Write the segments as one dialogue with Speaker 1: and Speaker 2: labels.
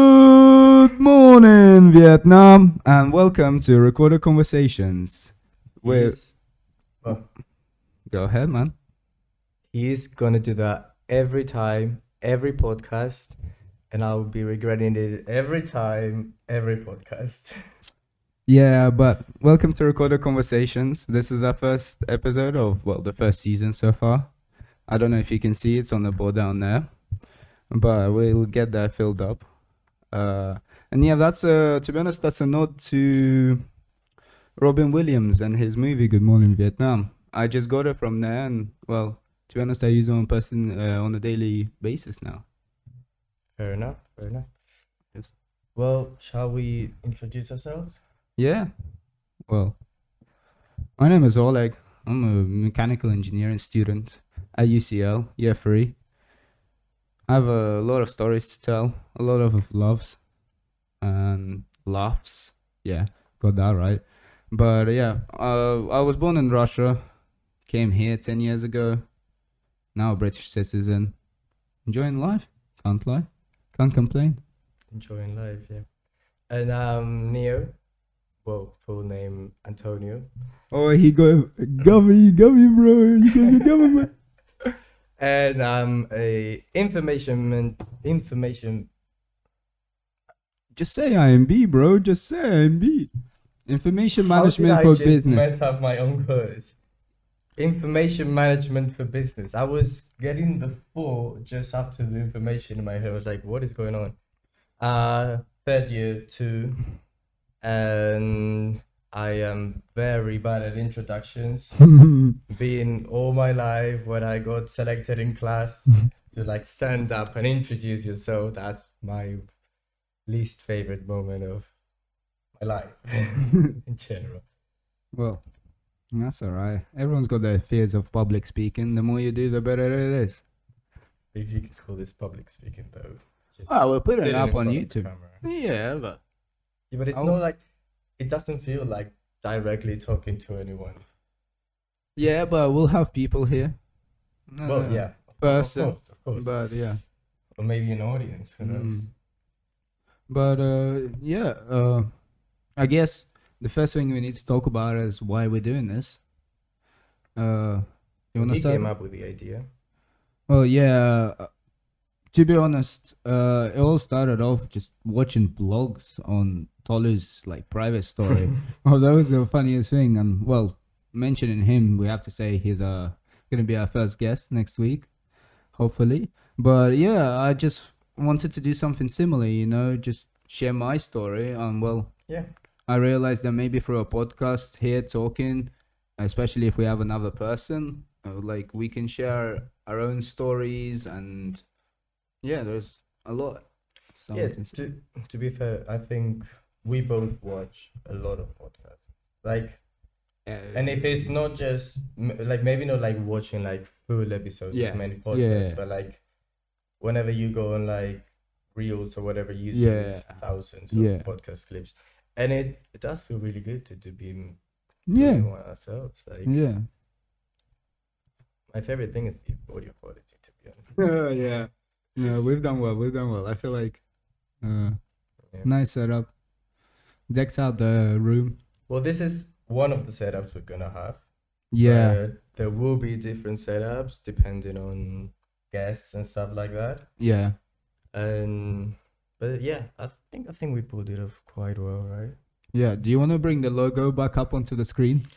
Speaker 1: Good morning, Vietnam, and welcome to Recorded Conversations. Where
Speaker 2: He's,
Speaker 1: go ahead, man.
Speaker 2: he's gonna do that every time, every podcast, and I'll be regretting it every time, every podcast.
Speaker 1: Yeah, but welcome to Recorded Conversations. This is our first episode of well, the first season so far. I don't know if you can see it's on the board down there, but we'll get that filled up. Uh, and yeah, that's a to be honest, that's a nod to Robin Williams and his movie Good Morning Vietnam. I just got it from there, and well, to be honest, I use it on person uh, on a daily basis now.
Speaker 2: Fair enough, fair enough.
Speaker 1: Yes.
Speaker 2: Well, shall we introduce ourselves?
Speaker 1: Yeah. Well, my name is Oleg. I'm a mechanical engineering student at UCL, year three. I have a lot of stories to tell, a lot of loves and laughs. Yeah, got that right. But yeah, uh, I was born in Russia, came here 10 years ago, now a British citizen. Enjoying life, can't lie, can't complain.
Speaker 2: Enjoying life, yeah. And um, Neo. Well, full name Antonio.
Speaker 1: Oh, he go gummy, gummy, bro. You gonna be gummy, man.
Speaker 2: and I'm a information man- information
Speaker 1: Just say IMB, bro. Just say IMB. Information
Speaker 2: How did
Speaker 1: management
Speaker 2: I
Speaker 1: for
Speaker 2: just
Speaker 1: business.
Speaker 2: Mess up my own words. Information management for business. I was getting the four just after the information in my head. I was like, what is going on? Uh, third year two, and I am very bad at introductions. Being all my life when I got selected in class to like stand up and introduce yourself, that's my least favorite moment of my life in general.
Speaker 1: well, that's alright. Everyone's got their fears of public speaking. The more you do, the better it is.
Speaker 2: If you could call this public speaking though. Just
Speaker 1: Ah, we'll put it
Speaker 2: stand in
Speaker 1: up on
Speaker 2: front of the
Speaker 1: YouTube.
Speaker 2: camera.
Speaker 1: Yeah, but
Speaker 2: Yeah, but it's
Speaker 1: I'll-
Speaker 2: not like it doesn't feel like directly talking to anyone.
Speaker 1: yeah, but we'll have people here.
Speaker 2: well,
Speaker 1: Uh,
Speaker 2: yeah,
Speaker 1: person,
Speaker 2: of course, of course.
Speaker 1: but yeah.
Speaker 2: or maybe an audience. Who knows?
Speaker 1: Mm. But uh, yeah, uh, I guess the first thing we need to talk about is why we're doing this. Uh, you want to
Speaker 2: he
Speaker 1: start?
Speaker 2: came up with the idea.
Speaker 1: Well, yeah. uh, To be honest, uh, it all started off just watching blogs on Tolu's like private story. oh, that was the funniest thing. And well, mentioning him, we have to say he's uh, gonna be our first guest next week, hopefully. But yeah, I just wanted to do something similar. You know, just share my story. And well,
Speaker 2: Yeah,
Speaker 1: I realized that maybe through a podcast here talking, especially if we have another person, uh, like we can share our own stories and yeah, there's a lot. So
Speaker 2: yeah. To to be fair, I think we both watch a lot of podcasts. Like, and if it's not just m- like maybe not like watching like full episodes
Speaker 1: Yeah.
Speaker 2: of many podcasts,
Speaker 1: Yeah.
Speaker 2: but like whenever you go on like reels or whatever, you see
Speaker 1: yeah,
Speaker 2: thousands of
Speaker 1: Yeah.
Speaker 2: podcast clips, and it, it does feel really good to, to be m-
Speaker 1: yeah, Mm.
Speaker 2: doing one ourselves. Like
Speaker 1: yeah,
Speaker 2: my favorite thing is the audio quality, to be honest.
Speaker 1: yeah. No, we've done well. We've done well. I feel like uh,
Speaker 2: Yeah.
Speaker 1: nice setup. Decked out the room.
Speaker 2: Well, this is one of the setups we're gonna have.
Speaker 1: Yeah,
Speaker 2: Uh, there will be different setups depending on guests and stuff like that.
Speaker 1: yeah.
Speaker 2: And but yeah, I think I think we pulled it off quite well, right?
Speaker 1: Yeah, do you want to bring the logo back up onto the screen?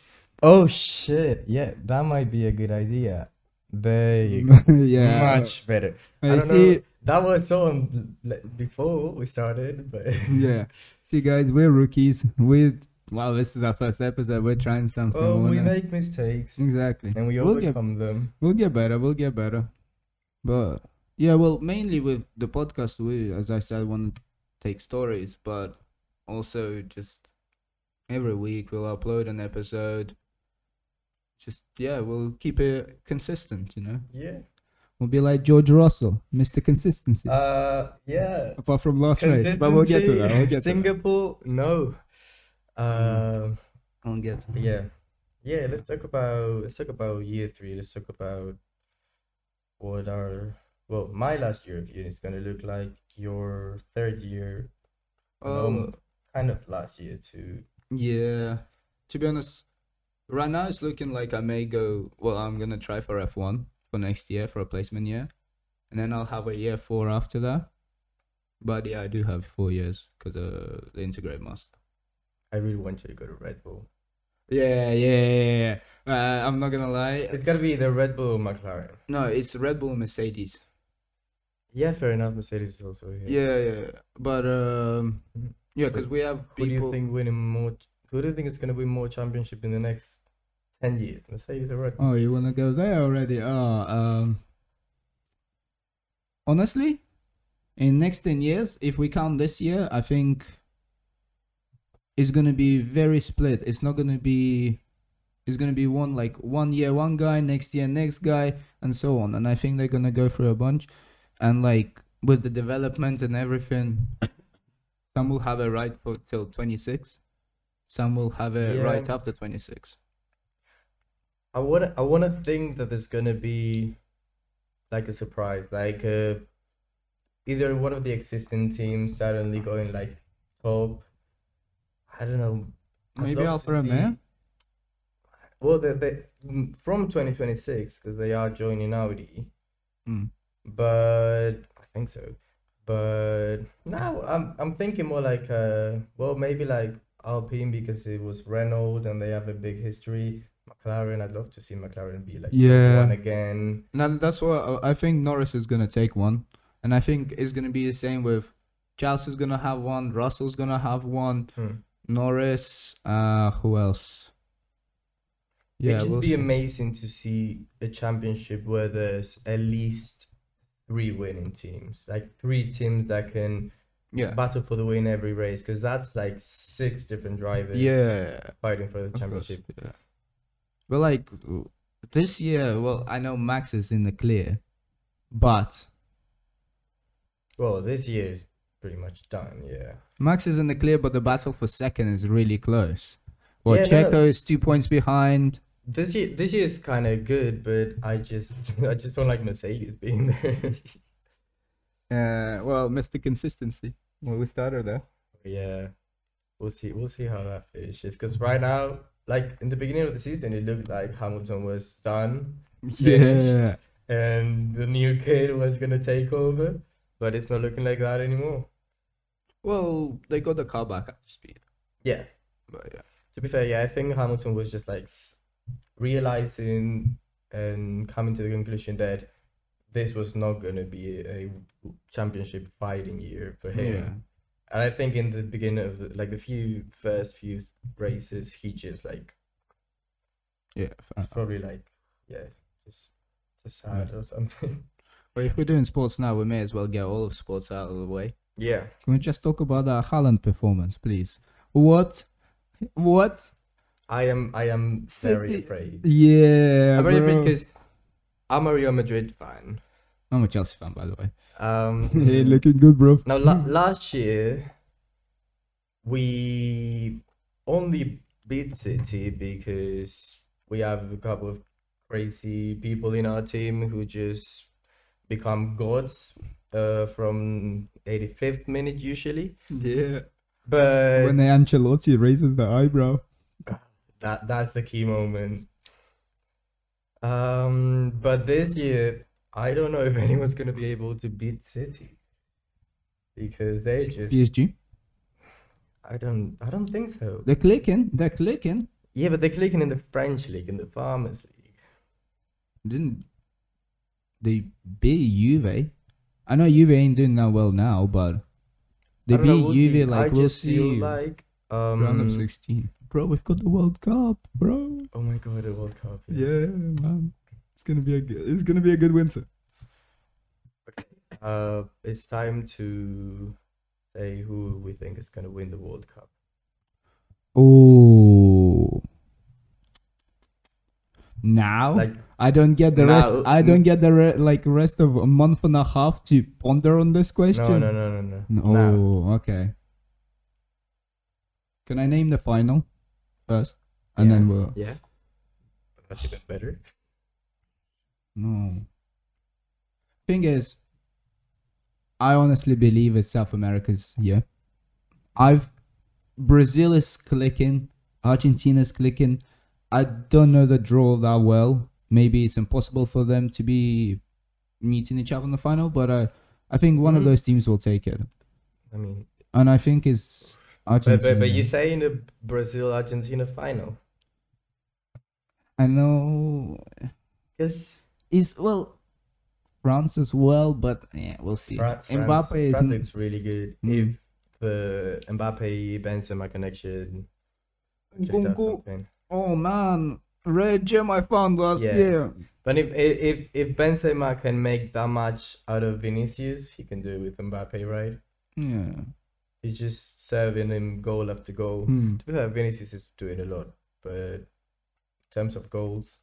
Speaker 2: Oh shit! Yeah, that might be a good idea. There you go.
Speaker 1: yeah.
Speaker 2: Much better.
Speaker 1: I
Speaker 2: I don't
Speaker 1: see-
Speaker 2: know. That was so um, l- before we started, but
Speaker 1: yeah. See, guys, we're rookies. We wow, this is our first episode. We're trying something.
Speaker 2: oh, we
Speaker 1: wanna-
Speaker 2: make mistakes
Speaker 1: exactly,
Speaker 2: and we
Speaker 1: Mm. we'll get
Speaker 2: overcome them.
Speaker 1: we'll get better. We'll get better. But yeah, well, mainly with the podcast, we, as I said, want to take stories, but also just every week we'll upload an episode. Just yeah, we'll keep it consistent. You know,
Speaker 2: Yeah.
Speaker 1: we'll be like George Russell, Mister Consistency.
Speaker 2: Uh, yeah.
Speaker 1: Apart from last race, but we'll get to that. Mm.
Speaker 2: Consistency.
Speaker 1: We'll get to that.
Speaker 2: Singapore, no. Um,
Speaker 1: We'll get to that.
Speaker 2: yeah, yeah. Let's talk about let's talk about year three. Let's talk about what our well, my last year of uni is gonna look like. your third year, and
Speaker 1: Um,
Speaker 2: almo- kind of last year too.
Speaker 1: Yeah, to be honest, right now it's looking like I may go. Well, I'm gonna try for F1 for next year for a placement year, and then I'll have a year four after that. But yeah, I do have four years because uh, the integrate master.
Speaker 2: I really want you to go to Red Bull.
Speaker 1: Yeah, yeah, yeah. yeah. Uh, I'm not gonna lie.
Speaker 2: It's gotta be the Red Bull or McLaren.
Speaker 1: No, it's Red Bull Mercedes.
Speaker 2: Yeah, fair enough. Mercedes is also here.
Speaker 1: Yeah, yeah. But um,
Speaker 2: Mhm.
Speaker 1: yeah, because we have
Speaker 2: Who do you
Speaker 1: people.
Speaker 2: think winning more? Who do you think is gonna win more championship in the next ten years? Mercedes or Red Bull?
Speaker 1: Oh, you wanna go there already? Oh, um, honestly, in next ten years, if we count this year, I think it's gonna be very split. It's not gonna be. It's gonna be one like one year one guy, next year next guy, and so on. And I think they're gonna go through a bunch, and like with the development and everything, some will have a right for till twenty six, some will have a
Speaker 2: Yeah.
Speaker 1: right after twenty six.
Speaker 2: I want I want to think that there's gonna be like a surprise, like uh, either one of the existing teams suddenly going like top. I don't know. I'd
Speaker 1: Maybe
Speaker 2: love
Speaker 1: Alfa
Speaker 2: to
Speaker 1: Romeo.
Speaker 2: see- Well, they they mm, from 2026 because they are joining Audi,
Speaker 1: Mm.
Speaker 2: but I think so. But now I'm I'm thinking more like uh well maybe like Alpine because it was Renault and they have a big history. McLaren, I'd love to see McLaren be like top
Speaker 1: Yeah.
Speaker 2: one again.
Speaker 1: And that's what I- I think Norris is gonna take one, and I think it's gonna be the same with Charles is gonna have one, Russell's gonna have one,
Speaker 2: Hmm.
Speaker 1: Norris. Uh, who else?
Speaker 2: it
Speaker 1: Yeah,
Speaker 2: should
Speaker 1: we'll
Speaker 2: be
Speaker 1: see.
Speaker 2: amazing to see a championship where there's at least three winning teams, like three teams that can
Speaker 1: yeah,
Speaker 2: battle for the win every race, because that's like six different drivers
Speaker 1: yeah,
Speaker 2: fighting for the
Speaker 1: of course,
Speaker 2: championship.
Speaker 1: yeah. But like w- this year, well, I know Max is in the clear, but
Speaker 2: Well, this year is pretty much done, yeah.
Speaker 1: Max is in the clear, but the battle for second is really close. Well,
Speaker 2: Yeah, no.
Speaker 1: Checo is two points behind.
Speaker 2: This year, this year is kind of good, but I just, I just don't like Mercedes being there.
Speaker 1: Uh, well, Mr. Consistency. Well, we started there.
Speaker 2: Yeah, we'll see. We'll see how that finishes. Because right now, like in the beginning of the season, it looked like Hamilton was done,
Speaker 1: Yeah.
Speaker 2: and the new kid was gonna take over, but it's not looking like that anymore.
Speaker 1: Well, they got the car back up to speed.
Speaker 2: Yeah.
Speaker 1: But yeah.
Speaker 2: To be fair, yeah, I think Hamilton was just like s- realizing and coming to the conclusion that this was not gonna be a championship fighting year for him. And I think in the beginning of the, like the few first few s- races, he just like.
Speaker 1: Yeah.
Speaker 2: It's probably like, yeah, just just sad or something.
Speaker 1: But if we're doing sports now, we may as well get all of sports out of the way.
Speaker 2: Yeah.
Speaker 1: Can we just talk about our Haaland performance, please? What? What?
Speaker 2: I am I am very
Speaker 1: City-
Speaker 2: afraid.
Speaker 1: Yeah.
Speaker 2: I'm very afraid
Speaker 1: bro.
Speaker 2: because I'm a Real Madrid fan.
Speaker 1: I'm a Chelsea fan, by the way.
Speaker 2: Um
Speaker 1: looking good, bro.
Speaker 2: now la- last year we only beat City because we have a couple of crazy people in our team who just become gods uh, from 85th minute usually.
Speaker 1: Yeah.
Speaker 2: But
Speaker 1: the Ancelotti raises the eyebrow.
Speaker 2: That that's the key moment. Um, but this year, I don't know if anyone's gonna be able to beat City because they just
Speaker 1: PSG.
Speaker 2: I don't I don't think so.
Speaker 1: They're clicking. They're clicking.
Speaker 2: Yeah, but they're clicking in the French league, in the Farmers League.
Speaker 1: Didn't they beat Juve? I know Juve ain't doing that well now, but they
Speaker 2: I don't know,
Speaker 1: beat
Speaker 2: we'll
Speaker 1: Juve
Speaker 2: see.
Speaker 1: like
Speaker 2: I
Speaker 1: we'll
Speaker 2: just feel
Speaker 1: see.
Speaker 2: like
Speaker 1: round of
Speaker 2: um
Speaker 1: 16. Bro, we've got the World Cup, bro.
Speaker 2: oh my god, the World Cup.
Speaker 1: man. It's gonna be a good, it's gonna be a good winter.
Speaker 2: Uh, it's time to say who we think is gonna win the World Cup.
Speaker 1: Oh. Now
Speaker 2: Like
Speaker 1: I don't get the
Speaker 2: Now-
Speaker 1: rest. I don't get the re- like rest of a month and a half to ponder on this
Speaker 2: no
Speaker 1: question.
Speaker 2: no no no no
Speaker 1: No,
Speaker 2: no.
Speaker 1: Oh, okay. Can I name the final first, and then
Speaker 2: Yeah.
Speaker 1: we'll
Speaker 2: Yeah. That's even better.
Speaker 1: no. Thing is, I honestly believe it's South America's year. I've Brazil is clicking, Argentina's clicking. I don't know the draw that well. Maybe it's impossible for them to be meeting each other in the final, but I, I think one of
Speaker 2: Mhm.
Speaker 1: those teams will take it,
Speaker 2: I mean,
Speaker 1: and I think it's Argentina.
Speaker 2: but, but, but you say in the Brazil Argentina final
Speaker 1: I know
Speaker 2: because
Speaker 1: is well France as well, but yeah, we'll see.
Speaker 2: France, France,
Speaker 1: Mbappe is
Speaker 2: France looks really good.
Speaker 1: Mm.
Speaker 2: If the Mbappe Benzema connection, actually does
Speaker 1: Nkunku.
Speaker 2: something.
Speaker 1: Oh man, red gem I found last
Speaker 2: Yeah.
Speaker 1: year.
Speaker 2: But if, if if- if Benzema can make that much out of Vinicius, he can do it with Mbappe, right?
Speaker 1: Yeah.
Speaker 2: He's just serving him goal after goal.
Speaker 1: Hmm.
Speaker 2: To be fair, Vinicius is doing a lot, but in terms of goals,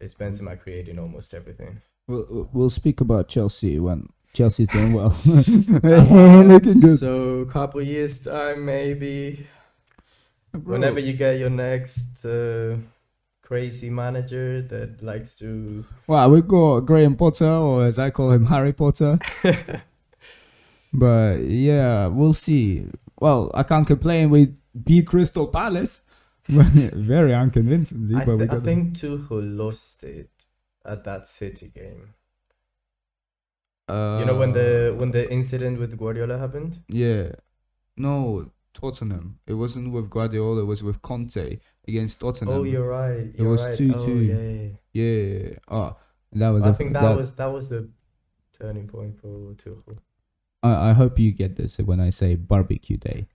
Speaker 2: it's Benzema creating almost everything.
Speaker 1: We'll we'll speak about Chelsea when Chelsea's doing well. Looking good.
Speaker 2: so couple years time maybe.
Speaker 1: Bro,
Speaker 2: Whenever you get your next uh, crazy manager that likes to
Speaker 1: Wow, we got Graham Potter, or as I call him, Harry Potter. but yeah, we'll see. Well, I can't complain. We beat Crystal Palace. Very unconvincingly,
Speaker 2: I,
Speaker 1: but we
Speaker 2: th-
Speaker 1: got
Speaker 2: I
Speaker 1: them.
Speaker 2: think Tuchel lost it at that City game. You know when
Speaker 1: Uh.
Speaker 2: the when the incident with Guardiola happened?
Speaker 1: Yeah. No, Tottenham. It wasn't with Guardiola, it was with Conte against Tottenham.
Speaker 2: Oh, you're right. You're
Speaker 1: was
Speaker 2: right.
Speaker 1: 2-2.
Speaker 2: Oh, yeah, yeah. yeah.
Speaker 1: Yeah. Oh, that was
Speaker 2: I
Speaker 1: a-
Speaker 2: think that, was that was the turning point for Tuchel.
Speaker 1: I, I hope you get this when I say barbecue day.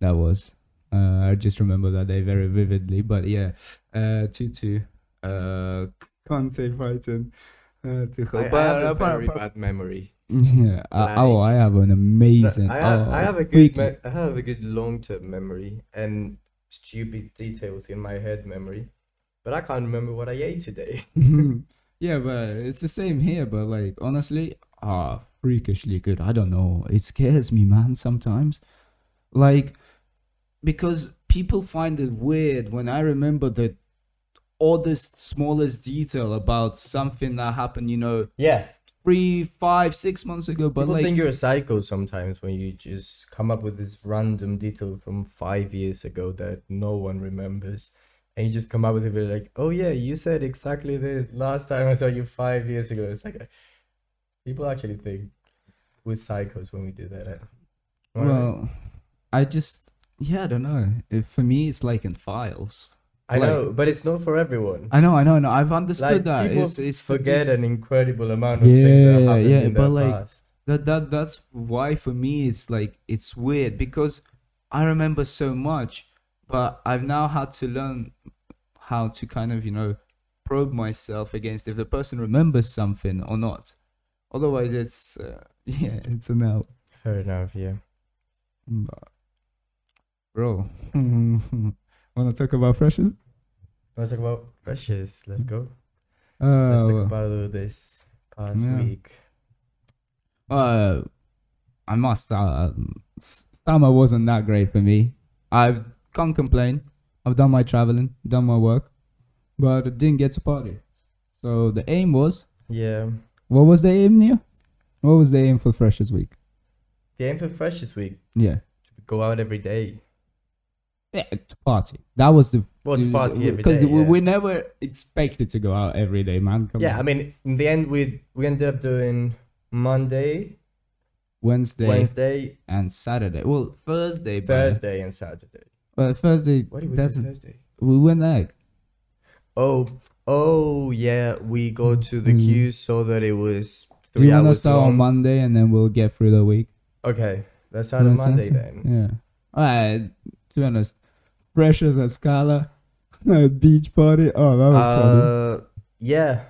Speaker 1: That was. Uh, I just remember that day very vividly. But yeah, uh, 2 2. Uh, Conte fighting. Uh, Tuchel.
Speaker 2: I, I
Speaker 1: But-
Speaker 2: have a
Speaker 1: but-
Speaker 2: very
Speaker 1: but-
Speaker 2: bad memory.
Speaker 1: Yeah. I- oh, I have an
Speaker 2: But
Speaker 1: amazing.
Speaker 2: I have,
Speaker 1: oh,
Speaker 2: I have a good
Speaker 1: freaking-
Speaker 2: me- I have a good long term memory and stupid details in my head memory, but I can't remember what I ate today.
Speaker 1: yeah, but it's the same here. But like, honestly, ah, freakishly good. I don't know. It scares me, man. Sometimes, like, because people find it weird when I remember the oddest, smallest detail about something that happened. You know,
Speaker 2: Yeah,
Speaker 1: three, five, six months ago. But
Speaker 2: people
Speaker 1: like,
Speaker 2: think you're a psycho sometimes when you just come up with this random detail from five years ago that no one remembers. And you just come up with it like, oh yeah, you said exactly this last time I saw you five years ago. It's like, uh, people actually think we're psychos when we do that. eh? Alright.
Speaker 1: well, I just, yeah, I don't know. It, for me, it's like in files.
Speaker 2: I
Speaker 1: like-
Speaker 2: know, but it's not for everyone.
Speaker 1: I know, I know, I know. I've
Speaker 2: like
Speaker 1: understood that.
Speaker 2: people
Speaker 1: It's, it's for
Speaker 2: forget an incredible amount of things that
Speaker 1: Yeah,
Speaker 2: happened
Speaker 1: yeah,
Speaker 2: in
Speaker 1: but
Speaker 2: the
Speaker 1: like-
Speaker 2: past.
Speaker 1: that that that's why for me it's like it's weird because I remember so much, but I've now had to learn how to kind of you know probe myself against if the person remembers something or not. Otherwise, it's uh, yeah, it's an L.
Speaker 2: Fair enough, yeah.
Speaker 1: But, bro, wanna talk about freshers?
Speaker 2: Wanna talk about precious? Let's go.
Speaker 1: Uh,
Speaker 2: Let's talk
Speaker 1: well.
Speaker 2: about this past
Speaker 1: Yeah.
Speaker 2: week.
Speaker 1: Uh, I must. Uh, s- summer wasn't that great for me. I can't complain. I've done my traveling, done my work, but I didn't get to party. So the aim was,
Speaker 2: Yeah.
Speaker 1: what was the aim, Nia? What was the aim for Freshers Week?
Speaker 2: The aim for Fresh this week
Speaker 1: Yeah,
Speaker 2: to go out every day.
Speaker 1: yeah, to party. That was the
Speaker 2: Well, to party every day.
Speaker 1: because we,
Speaker 2: yeah.
Speaker 1: we never expected to go out every day, man. Come
Speaker 2: yeah,
Speaker 1: on.
Speaker 2: I mean, in the end, we we ended up doing Monday,
Speaker 1: Wednesday,
Speaker 2: Wednesday,
Speaker 1: and Saturday. Well, Thursday, but-
Speaker 2: Thursday, and Saturday.
Speaker 1: Well, Thursday
Speaker 2: What did we do
Speaker 1: doesn't.
Speaker 2: Thursday?
Speaker 1: We went out.
Speaker 2: Oh, oh yeah, we go to the
Speaker 1: Mm.
Speaker 2: queue so that it was
Speaker 1: Do
Speaker 2: three
Speaker 1: you want to
Speaker 2: hours
Speaker 1: start on
Speaker 2: long.
Speaker 1: Monday and then we'll get through the week?
Speaker 2: Okay, let's start
Speaker 1: Wanna
Speaker 2: on
Speaker 1: start
Speaker 2: Uh, Monday
Speaker 1: on-
Speaker 2: then.
Speaker 1: Yeah. Alright, to be honest, Freshers at Scala, beach party. Oh, that was funny.
Speaker 2: Uh, yeah,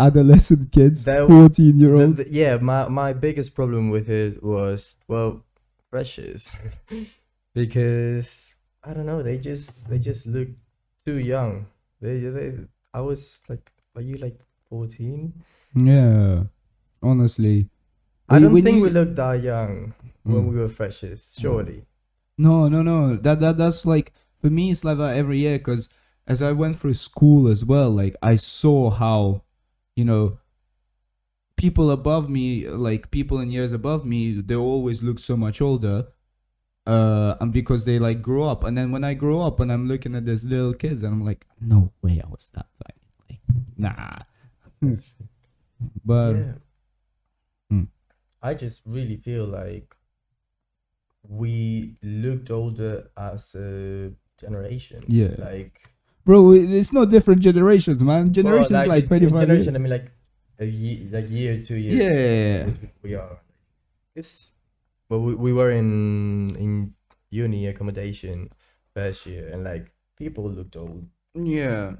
Speaker 1: Adolescent kids,
Speaker 2: that-
Speaker 1: 14 year
Speaker 2: The-
Speaker 1: old.
Speaker 2: the- yeah. My my biggest problem with it was well, freshers, because I don't know. They just they just look too young. They they. I was like, are you like fourteen?
Speaker 1: Yeah, honestly.
Speaker 2: I
Speaker 1: We-
Speaker 2: don't
Speaker 1: we
Speaker 2: think
Speaker 1: knew-
Speaker 2: we looked that young when
Speaker 1: Mm.
Speaker 2: we were freshers. Surely.
Speaker 1: No, no, no. That, that That's like, for me, it's like that every year because as I went through school as well, like, I saw how, you know, people above me, like people in years above me, they always look so much older. Uh, and because they like grow up, and then when I grow up, and I'm looking at these little kids, and I'm like, no way, I was that tiny. Like, nah. but
Speaker 2: yeah.
Speaker 1: Hmm.
Speaker 2: I just really feel like we looked older as a generation.
Speaker 1: Yeah.
Speaker 2: Like
Speaker 1: bro, it's not different generations, man.
Speaker 2: well,
Speaker 1: Generations like
Speaker 2: in- in
Speaker 1: 25 years.
Speaker 2: Generation. I mean, like a year, like year, two years.
Speaker 1: Yeah.
Speaker 2: we- We are. It's. But we, we were in in uni accommodation first year, and like people looked old.
Speaker 1: Yeah.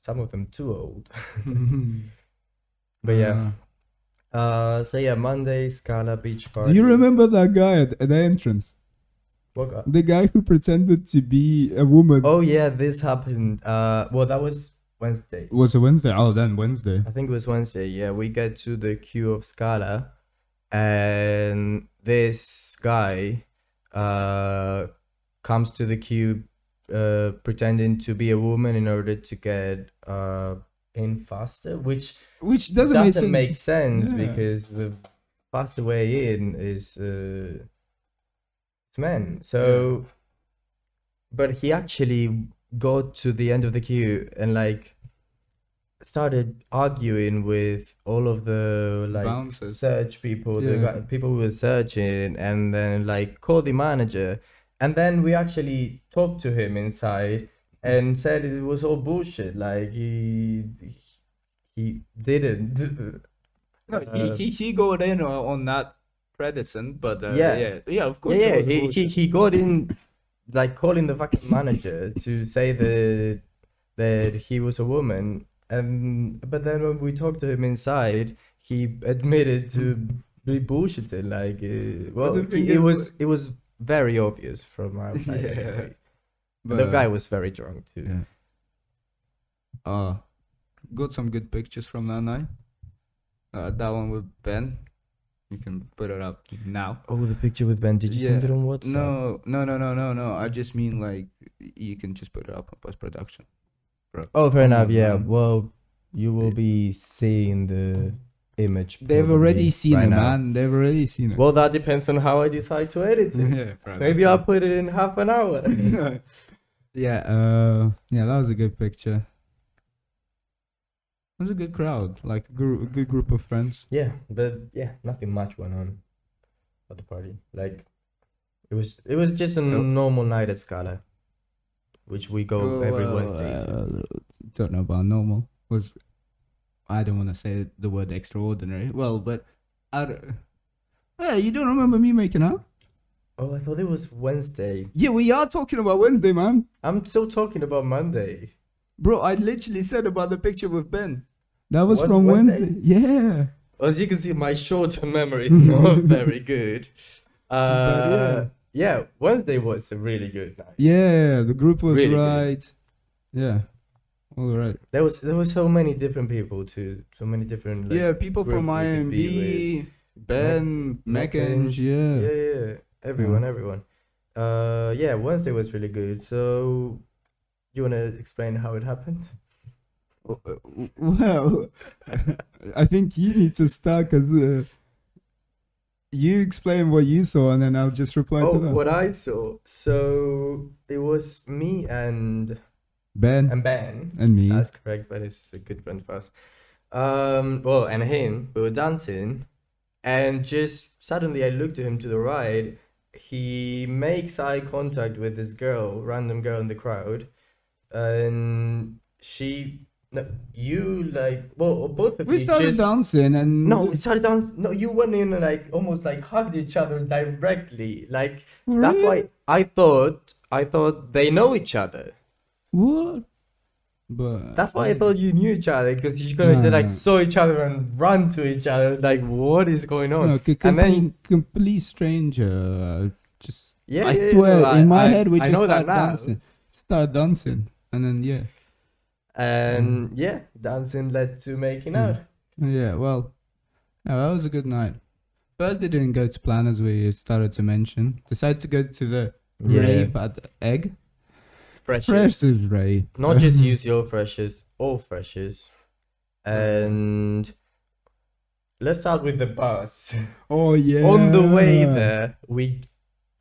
Speaker 2: Some of them too old.
Speaker 1: Mm-hmm.
Speaker 2: But yeah. Uh, so yeah, Monday Scala Beach Party.
Speaker 1: Uh, Do you remember that guy at, at the entrance?
Speaker 2: What got-
Speaker 1: The guy who pretended to be a woman
Speaker 2: Oh yeah, this happened. Uh, well, that was Wednesday.
Speaker 1: was a Wednesday. Oh, then Wednesday.
Speaker 2: I think it was Wednesday. Yeah, we get to the queue of Scala, and this guy, uh, comes to the queue, uh, pretending to be a woman in order to get uh in faster, which
Speaker 1: Which
Speaker 2: doesn't,
Speaker 1: doesn't,
Speaker 2: make sense
Speaker 1: Yeah.
Speaker 2: because the faster way in is uh, it's men. So, but he actually got to the end of the queue and like started arguing with all of the like
Speaker 1: Bouncers.
Speaker 2: search people, the
Speaker 1: Yeah.
Speaker 2: guy- people who were searching, and then like called the manager, and then we actually talked to him inside and said it was all bullshit. Like he he didn't.
Speaker 1: No,
Speaker 2: Uh,
Speaker 1: he, he he got in o- on that predecent, but uh,
Speaker 2: Yeah.
Speaker 1: yeah. yeah, of course.
Speaker 2: yeah,
Speaker 1: it
Speaker 2: yeah,
Speaker 1: was
Speaker 2: he, he
Speaker 1: bullshit.
Speaker 2: he got in, like calling the fucking manager to say that that he was a woman, and but then when we talked to him inside, he admitted to be bullshitted. Like, uh, well,
Speaker 1: the thing
Speaker 2: he- it
Speaker 1: is,
Speaker 2: was it was very obvious from outside.
Speaker 1: Yeah.
Speaker 2: anyway. But the guy was very drunk too.
Speaker 1: Yeah. Uh, got some good pictures from that night. Uh, that one with Ben. You can put it up now.
Speaker 2: Oh, the picture with Ben. Did you send
Speaker 1: Yeah.
Speaker 2: it on WhatsApp?
Speaker 1: No, no, no, no, no, no. I just mean like y- you can just put it up on post production.
Speaker 2: Oh, fair enough. Yeah.
Speaker 1: man.
Speaker 2: Well, you will be seeing the image.
Speaker 1: They've
Speaker 2: probably
Speaker 1: already seen
Speaker 2: right
Speaker 1: it,
Speaker 2: now.
Speaker 1: man. They've already seen it.
Speaker 2: Well, that depends on how I decide to edit it. Maybe I'll put it in half an hour.
Speaker 1: yeah, uh, yeah, that was a good picture. It was a good crowd, like a, gr- a good group of friends.
Speaker 2: yeah, but yeah, nothing much went on at the party. Like it was it was just a
Speaker 1: Nope. Oh,
Speaker 2: normal night at Scala. Which we go every Wednesday to.
Speaker 1: uh, don't know about normal. Was I don't want to say the word extraordinary. Well, but I. d- Hey, you don't remember me making out?
Speaker 2: Oh, I thought it was Wednesday.
Speaker 1: Yeah, we are talking about Wednesday, man.
Speaker 2: I'm still talking about Monday.
Speaker 1: Bro, I literally said about the picture with Ben. That was,
Speaker 2: Was it
Speaker 1: from
Speaker 2: Wednesday?
Speaker 1: Wednesday. Yeah.
Speaker 2: As you can see, my short-term memory is not very good. Uh, yeah, Wednesday was a really good night.
Speaker 1: Yeah, the group was
Speaker 2: Really good.
Speaker 1: right. Yeah. All right.
Speaker 2: There was there was so many different people too, so many different like,
Speaker 1: yeah, people
Speaker 2: group
Speaker 1: from
Speaker 2: we could be
Speaker 1: IMB, Ben,
Speaker 2: Mac-
Speaker 1: Mekenge,
Speaker 2: Mackenge,
Speaker 1: yeah.
Speaker 2: yeah, yeah, yeah. everyone, everyone. Uh, yeah, Wednesday was really good. So, you wanna explain how it happened?
Speaker 1: W- w- Well, I think you need to start because uh, you explain what you saw and then I'll just reply
Speaker 2: oh,
Speaker 1: to that.
Speaker 2: what I saw. So it was me and
Speaker 1: Ben and,
Speaker 2: and Ben.
Speaker 1: me.
Speaker 2: That's correct. Ben is a good friend of us. Um, well, and him. We were dancing, and just suddenly I looked at him to the right. He makes eye contact with this girl, random girl in the crowd, and she, no, you like, well, both of
Speaker 1: we
Speaker 2: you
Speaker 1: started
Speaker 2: just-
Speaker 1: dancing and
Speaker 2: No, we started dancing. No, you went in and like almost like hugged each other directly. Like that's why I thought I thought they know each other.
Speaker 1: what? But
Speaker 2: That's why I thought you knew each other because you're gonna
Speaker 1: No,
Speaker 2: like
Speaker 1: no.
Speaker 2: saw each other and run to each other. Like, what is going on?
Speaker 1: No, c-
Speaker 2: and
Speaker 1: complete,
Speaker 2: then
Speaker 1: complete stranger. Just
Speaker 2: Yeah,
Speaker 1: I
Speaker 2: yeah, yeah,
Speaker 1: swear,
Speaker 2: no, I-
Speaker 1: in my
Speaker 2: I-
Speaker 1: head we
Speaker 2: I
Speaker 1: just
Speaker 2: know that
Speaker 1: start
Speaker 2: now.
Speaker 1: dancing, start dancing, and then yeah,
Speaker 2: and yeah, dancing led to making
Speaker 1: Mm.
Speaker 2: out.
Speaker 1: yeah. Well, yeah, that was a good night. Thursday didn't go to plan as we started to mention. Decided to go to the
Speaker 2: Yeah.
Speaker 1: rave at Egg.
Speaker 2: Precious.
Speaker 1: Fresh is rave.
Speaker 2: Not just use your freshers, all freshers, and let's start with the bus.
Speaker 1: Oh yeah.
Speaker 2: On the way there, we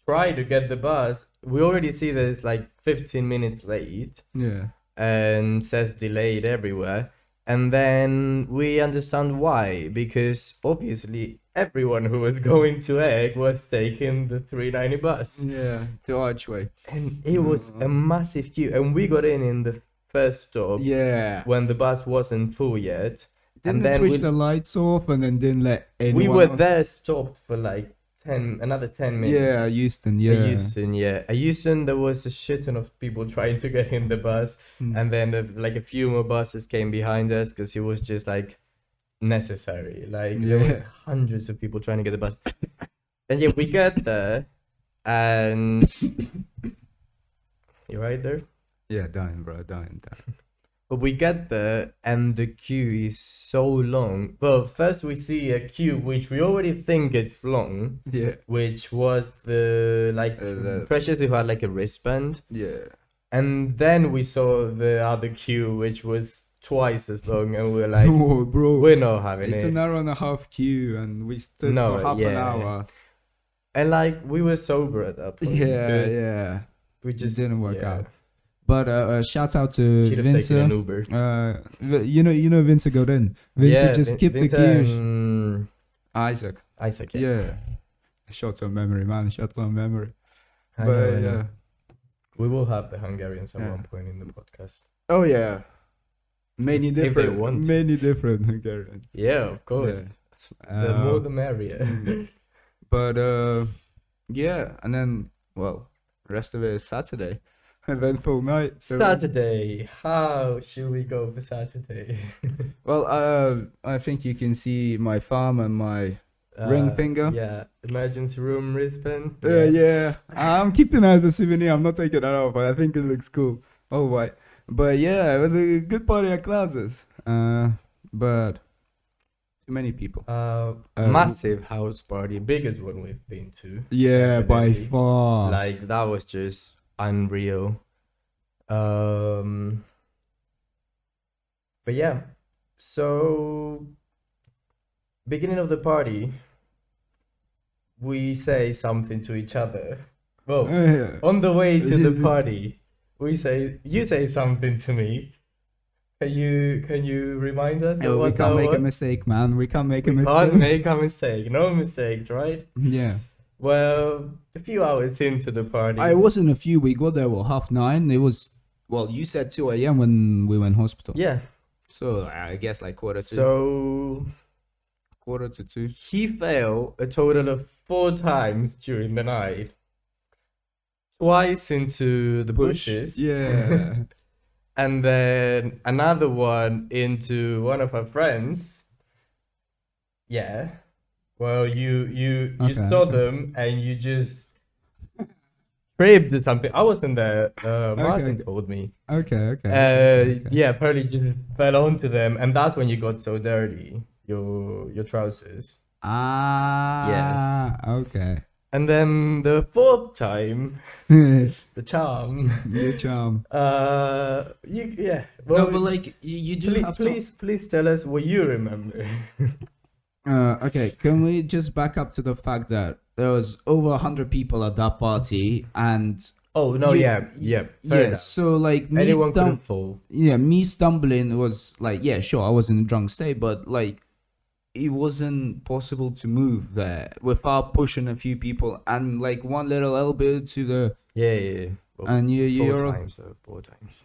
Speaker 2: try to get the bus. We already see that it's like 15 minutes late
Speaker 1: Yeah.
Speaker 2: and says delayed everywhere. And then we understand why, because obviously everyone who was going to Egg was taking the 390 bus.
Speaker 1: Yeah. To Archway.
Speaker 2: And it was a massive queue. And we got in in the first stop
Speaker 1: Mm. Yeah.
Speaker 2: when the bus wasn't full yet.
Speaker 1: Didn't
Speaker 2: and
Speaker 1: they
Speaker 2: then
Speaker 1: switch
Speaker 2: we,
Speaker 1: the lights off and then didn't let anyone.
Speaker 2: we were
Speaker 1: on?
Speaker 2: there stopped for like 10, another 10 minutes.
Speaker 1: Yeah, Houston.
Speaker 2: A
Speaker 1: Yeah.
Speaker 2: Houston, yeah. A Houston, there was a shit ton of people trying to get in the bus,
Speaker 1: Mm.
Speaker 2: and then uh, like a few more buses came behind us because it was just like necessary. Like there
Speaker 1: Yeah.
Speaker 2: were hundreds of people trying to get the bus, and yeah, we got there, and you right there.
Speaker 1: Yeah, dying, bro, dying, dying.
Speaker 2: But we get there, and the queue is so long. Well, first we see a queue which we already think it's long.
Speaker 1: Yeah,
Speaker 2: Which was the like
Speaker 1: Uh, the-
Speaker 2: precious who had like a wristband,
Speaker 1: yeah.
Speaker 2: And then we saw the other queue, which was twice as long, and we were like,
Speaker 1: oh, bro,
Speaker 2: we're not having
Speaker 1: it's
Speaker 2: it.
Speaker 1: an hour and a half queue, and we stood
Speaker 2: No,
Speaker 1: for half an
Speaker 2: yeah.
Speaker 1: hour.
Speaker 2: and like, we were sober at that point.
Speaker 1: Yeah,
Speaker 2: 'cause
Speaker 1: yeah.
Speaker 2: We
Speaker 1: It
Speaker 2: just
Speaker 1: didn't work
Speaker 2: yeah.
Speaker 1: out. But uh, uh, shout out to
Speaker 2: Should have taken an
Speaker 1: Vincent.
Speaker 2: Uber.
Speaker 1: Uh, Vi- you know, you know, Vincent got in. Vincent just
Speaker 2: Vin- um,
Speaker 1: skipped the
Speaker 2: Vincent
Speaker 1: queue.
Speaker 2: and
Speaker 1: Isaac.
Speaker 2: Isaac, yeah.
Speaker 1: Yeah. Short on memory, man. Short on memory. but
Speaker 2: I know, I know.
Speaker 1: yeah.
Speaker 2: We will have the Hungarians at
Speaker 1: Yeah.
Speaker 2: one point in the podcast.
Speaker 1: Oh yeah. Many
Speaker 2: If they
Speaker 1: different.
Speaker 2: want.
Speaker 1: Many different Hungarians.
Speaker 2: Yeah, of course.
Speaker 1: Yeah.
Speaker 2: The
Speaker 1: Uh,
Speaker 2: more the merrier.
Speaker 1: But uh, yeah, and then well, rest of it is Saturday, and then full night. so-
Speaker 2: Saturday. How should we go for Saturday?
Speaker 1: Well, uh, I think you can see my thumb and my. Ring
Speaker 2: Uh,
Speaker 1: finger?
Speaker 2: Yeah. Emergency room wristband.
Speaker 1: Uh, yeah, I'm keeping it as a souvenir. I'm not taking that off, but I think it looks cool. All right, but yeah, it was a good party at classes. Uh, but too many people.
Speaker 2: Uh,
Speaker 1: Uh,
Speaker 2: massive house party, biggest one we've been to.
Speaker 1: Yeah, by
Speaker 2: Definitely.
Speaker 1: far.
Speaker 2: Like that was just unreal. Um, but yeah, so beginning of the party, we say something to each other. Well,
Speaker 1: Uh, Yeah.
Speaker 2: on the way to the party, we say you say something to me. Can you can you remind us? of
Speaker 1: Uh, we
Speaker 2: what
Speaker 1: can't
Speaker 2: that
Speaker 1: make a
Speaker 2: was?
Speaker 1: mistake, man. We can't make a
Speaker 2: We
Speaker 1: mistake.
Speaker 2: can't make a mistake. No mistakes, right?
Speaker 1: Yeah.
Speaker 2: Well, a few hours into the party.
Speaker 1: I wasn't a few. We got there well half nine. It was well. You said two a.m. when we went hospital.
Speaker 2: Yeah.
Speaker 1: So I guess like quarter to
Speaker 2: So
Speaker 1: quarter to two.
Speaker 2: he fell a total of four times during the night. Twice into the bushes.
Speaker 1: Yeah.
Speaker 2: And then another one into one of her friends. Yeah. Well, you you you
Speaker 1: Okay,
Speaker 2: saw
Speaker 1: okay.
Speaker 2: them and you just tripped or something. I wasn't there. Uh, Martin
Speaker 1: Okay.
Speaker 2: told me.
Speaker 1: okay. Okay.
Speaker 2: Uh,
Speaker 1: okay, okay.
Speaker 2: yeah, apparently you just fell onto them, and that's when you got so dirty your your trousers.
Speaker 1: Ah. Okay.
Speaker 2: And then the fourth time,
Speaker 1: Your
Speaker 2: the charm.
Speaker 1: charm.
Speaker 2: Uh, you yeah.
Speaker 3: No,
Speaker 2: Well,
Speaker 3: but like you, you do
Speaker 2: please,
Speaker 3: have to.
Speaker 2: please, please tell us what you remember.
Speaker 1: Uh, okay, can we just back up to the fact that there was over 100 people at that party and
Speaker 2: oh no,
Speaker 1: You-
Speaker 2: yeah, yeah, fair
Speaker 1: yeah, so like me
Speaker 2: enough. Anyone could
Speaker 1: stum-
Speaker 2: have fall.
Speaker 1: yeah, me stumbling was like yeah, sure, I was in a drunk state, but like it wasn't possible to move there without pushing a few people and like one little elbow to the
Speaker 2: Yeah, yeah. yeah. Well,
Speaker 1: and you
Speaker 2: four
Speaker 1: you're
Speaker 2: times, uh, four times.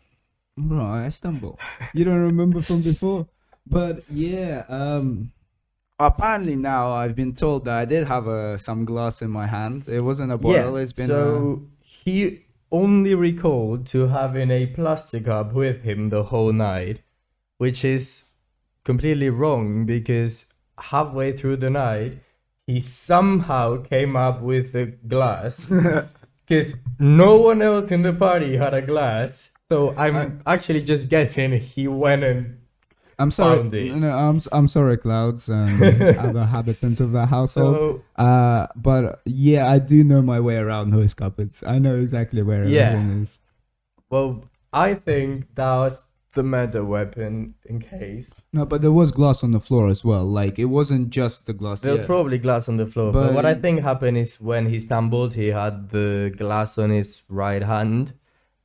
Speaker 1: Bro, I stumble. you don't remember from before. But yeah, um apparently now I've been told that I did have a some glass in my hand. It wasn't a bottle, it's been a,
Speaker 2: so he only recalled to having a plastic cup with him the whole night, which is completely wrong because halfway through the night he somehow came up with a glass because no one else in the party had a glass. So I'm actually just guessing he went and
Speaker 1: uh, I'm sorry.
Speaker 2: found it.
Speaker 1: No, I'm s- I'm sorry, clouds and other inhabitants of the household.
Speaker 2: so
Speaker 1: uh but yeah, I do know my way around those cupboards. I know exactly where
Speaker 2: Yeah.
Speaker 1: everything is.
Speaker 2: well I think that was the meta weapon in case.
Speaker 1: No, but there was glass on the floor as well. Like it wasn't just the glass.
Speaker 2: There was
Speaker 1: yeah.
Speaker 2: probably glass on the floor. But, what I
Speaker 1: But-
Speaker 2: think happened is when he stumbled, he had the glass on his right hand,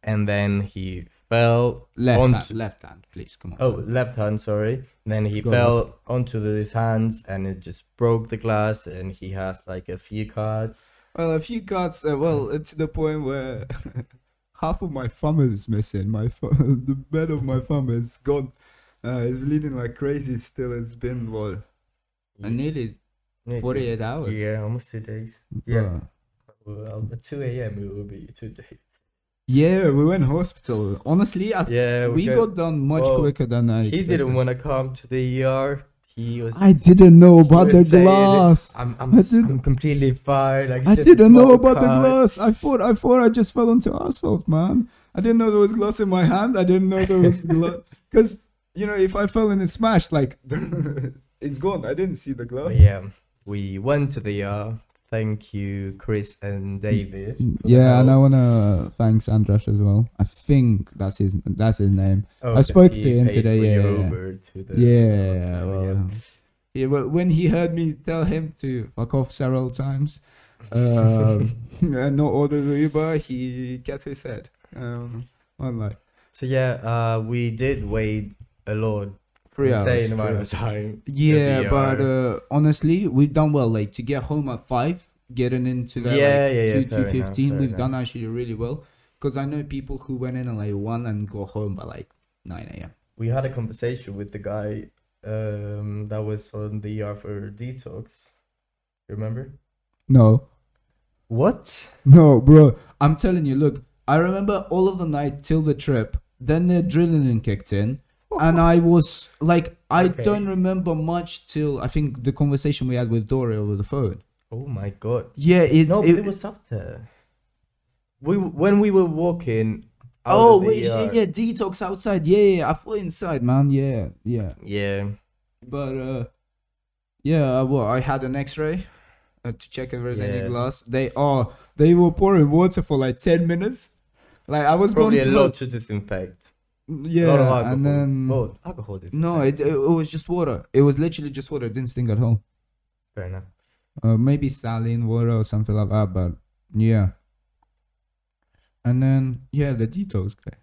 Speaker 2: and then he fell
Speaker 1: left
Speaker 2: onto
Speaker 1: hand, left hand, please come on.
Speaker 2: oh left hand. Sorry. And then he
Speaker 1: Go on.
Speaker 2: fell onto his hands, and it just broke the glass, and he has like a few cards.
Speaker 1: Well, a few cards. Uh, well,
Speaker 2: Mm.
Speaker 1: uh, to the point where half of my thumb is missing. My thumb, the bed of my thumb is gone. Uh, it's bleeding like crazy. Still, it's been what uh, nearly
Speaker 2: Yeah, it's-
Speaker 1: forty-eight hours.
Speaker 2: Yeah, almost two days. Yeah.
Speaker 1: Bruh.
Speaker 2: Well, at 2 a.m. it will be two days.
Speaker 1: Yeah, we went hospital. Honestly, I,
Speaker 2: Yeah,
Speaker 1: we got done much
Speaker 2: Well,
Speaker 1: quicker than I.
Speaker 2: He
Speaker 1: expected.
Speaker 2: didn't want to come to the ER. He was.
Speaker 1: I didn't know
Speaker 2: he
Speaker 1: about the
Speaker 2: was saying,
Speaker 1: glass.
Speaker 2: I'm,
Speaker 1: I
Speaker 2: I'm, s-
Speaker 1: didn't-
Speaker 2: I'm completely fine. Like,
Speaker 1: I
Speaker 2: just a
Speaker 1: didn't know
Speaker 2: small
Speaker 1: about the
Speaker 2: cut."
Speaker 1: glass. I thought I thought I just fell onto asphalt, man. I didn't know there was glass in my hand. I didn't know there was glass because you know if I fell and it smashed, like it's gone. I didn't see the glass.
Speaker 2: But Oh, yeah, we went to the ER. Thank you, Chris and David. for the
Speaker 1: Mm, Yeah, and I
Speaker 2: help.
Speaker 1: wanna thank Andras as well. I think that's his that's his name.
Speaker 2: Oh,
Speaker 1: I
Speaker 2: 'cause
Speaker 1: spoke
Speaker 2: he
Speaker 1: to him
Speaker 2: paid
Speaker 1: today,
Speaker 2: for
Speaker 1: yeah,
Speaker 2: your
Speaker 1: yeah.
Speaker 2: Uber to the
Speaker 1: yeah,
Speaker 2: hospital,
Speaker 1: well,
Speaker 2: yeah.
Speaker 1: yeah, well, when he heard me tell him to fuck off several times, um, and not order the Uber, he gets his head. Um, unlike
Speaker 2: So yeah, uh, we did wait a lot,
Speaker 1: three hours.
Speaker 2: insane
Speaker 1: three
Speaker 2: amount
Speaker 1: hours.
Speaker 2: of time. at
Speaker 1: Yeah,
Speaker 2: the
Speaker 1: but
Speaker 2: ER.
Speaker 1: uh, honestly, we've done well. Like to get home at five, getting into that
Speaker 2: Yeah,
Speaker 1: like,
Speaker 2: yeah, yeah,
Speaker 1: two
Speaker 2: fair
Speaker 1: two
Speaker 2: enough,
Speaker 1: fifteen,
Speaker 2: fair
Speaker 1: we've done actually really well. Because I know people who went in at like one and go home by like nine a.m.
Speaker 2: we had a conversation with the guy um that was on the ER for detox. You Remember?
Speaker 1: No,
Speaker 2: What?
Speaker 1: no, bro. I'm telling you. Look, I remember all of the night till the trip. Then the adrenaline kicked in, and I was like, I
Speaker 2: Okay.
Speaker 1: don't remember much till I think the conversation we had with Dory over the phone.
Speaker 2: Oh my god.
Speaker 1: Yeah, it.
Speaker 2: No, but
Speaker 1: it,
Speaker 2: it was after. We when we were walking out
Speaker 1: Oh
Speaker 2: of the
Speaker 1: wait, yeah,
Speaker 2: ER.
Speaker 1: yeah, detox outside. Yeah, yeah, I thought inside, man. Yeah, yeah.
Speaker 2: Yeah.
Speaker 1: But uh, yeah. uh, Well, I had an X-ray uh, to check if there's
Speaker 2: Yeah.
Speaker 1: any glass. They are. they were pouring water for like ten minutes. Like I was
Speaker 2: Probably a
Speaker 1: going.
Speaker 2: lot to disinfect.
Speaker 1: through-
Speaker 2: A
Speaker 1: Yeah,
Speaker 2: lot of alcohol.
Speaker 1: and then
Speaker 2: oh, alcohol disinfect.
Speaker 1: no, it, it it was just water. It was literally just water. It didn't sting at all.
Speaker 2: fair enough.
Speaker 1: Uh, maybe saline water or something like that. But yeah. And then yeah, the detox guy.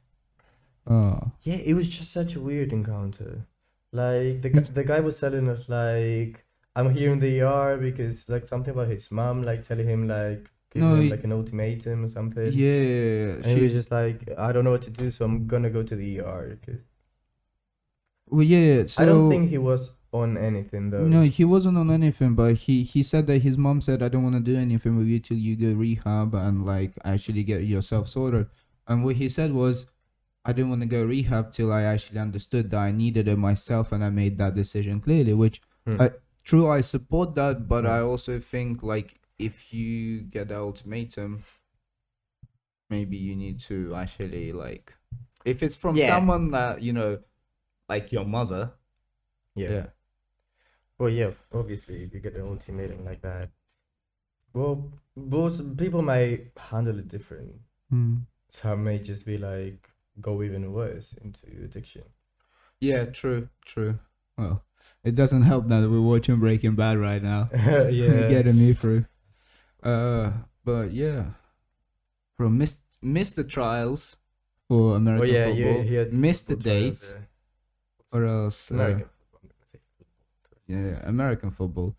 Speaker 1: Oh.
Speaker 2: Yeah, it was just such a weird encounter. Like the gu- the guy was telling us like I'm here in the ER because like something about his mom like telling him like giving
Speaker 1: No,
Speaker 2: him
Speaker 1: he-
Speaker 2: like an ultimatum or something.
Speaker 1: Yeah.
Speaker 2: And he was just like, I don't know what to do, so I'm gonna go to the ER. 'cause-
Speaker 1: Well, yeah. So
Speaker 2: I don't think he was on anything though.
Speaker 1: No, he wasn't on anything, but he he said that his mom said, "I don't want to do anything with you till you go rehab and like actually get yourself sorted." And what he said was, "I didn't want to go rehab till I actually understood that I needed it myself, and I made that decision clearly." Which,
Speaker 2: Hmm.
Speaker 1: I, true, I support that, but
Speaker 2: Hmm.
Speaker 1: I also think like if you get the ultimatum, maybe you need to actually like, if it's from
Speaker 2: Yeah.
Speaker 1: someone that you know, like your mother,
Speaker 2: Yeah. Well, yeah, obviously, if you get an ultimatum like that, well, both people may handle it different.
Speaker 1: Hmm.
Speaker 2: Some may just be like, go even worse into addiction.
Speaker 1: Yeah, true, true. Well, it doesn't help now that we're watching Breaking Bad right now.
Speaker 2: yeah.
Speaker 1: Getting me through. Uh, but yeah, from missed missed the trials for American
Speaker 2: Oh, yeah, you-
Speaker 1: football,
Speaker 2: he had
Speaker 1: missed the
Speaker 2: multiple trials,
Speaker 1: dates,
Speaker 2: yeah.
Speaker 1: or else uh,
Speaker 2: American football,
Speaker 1: yeah, American football.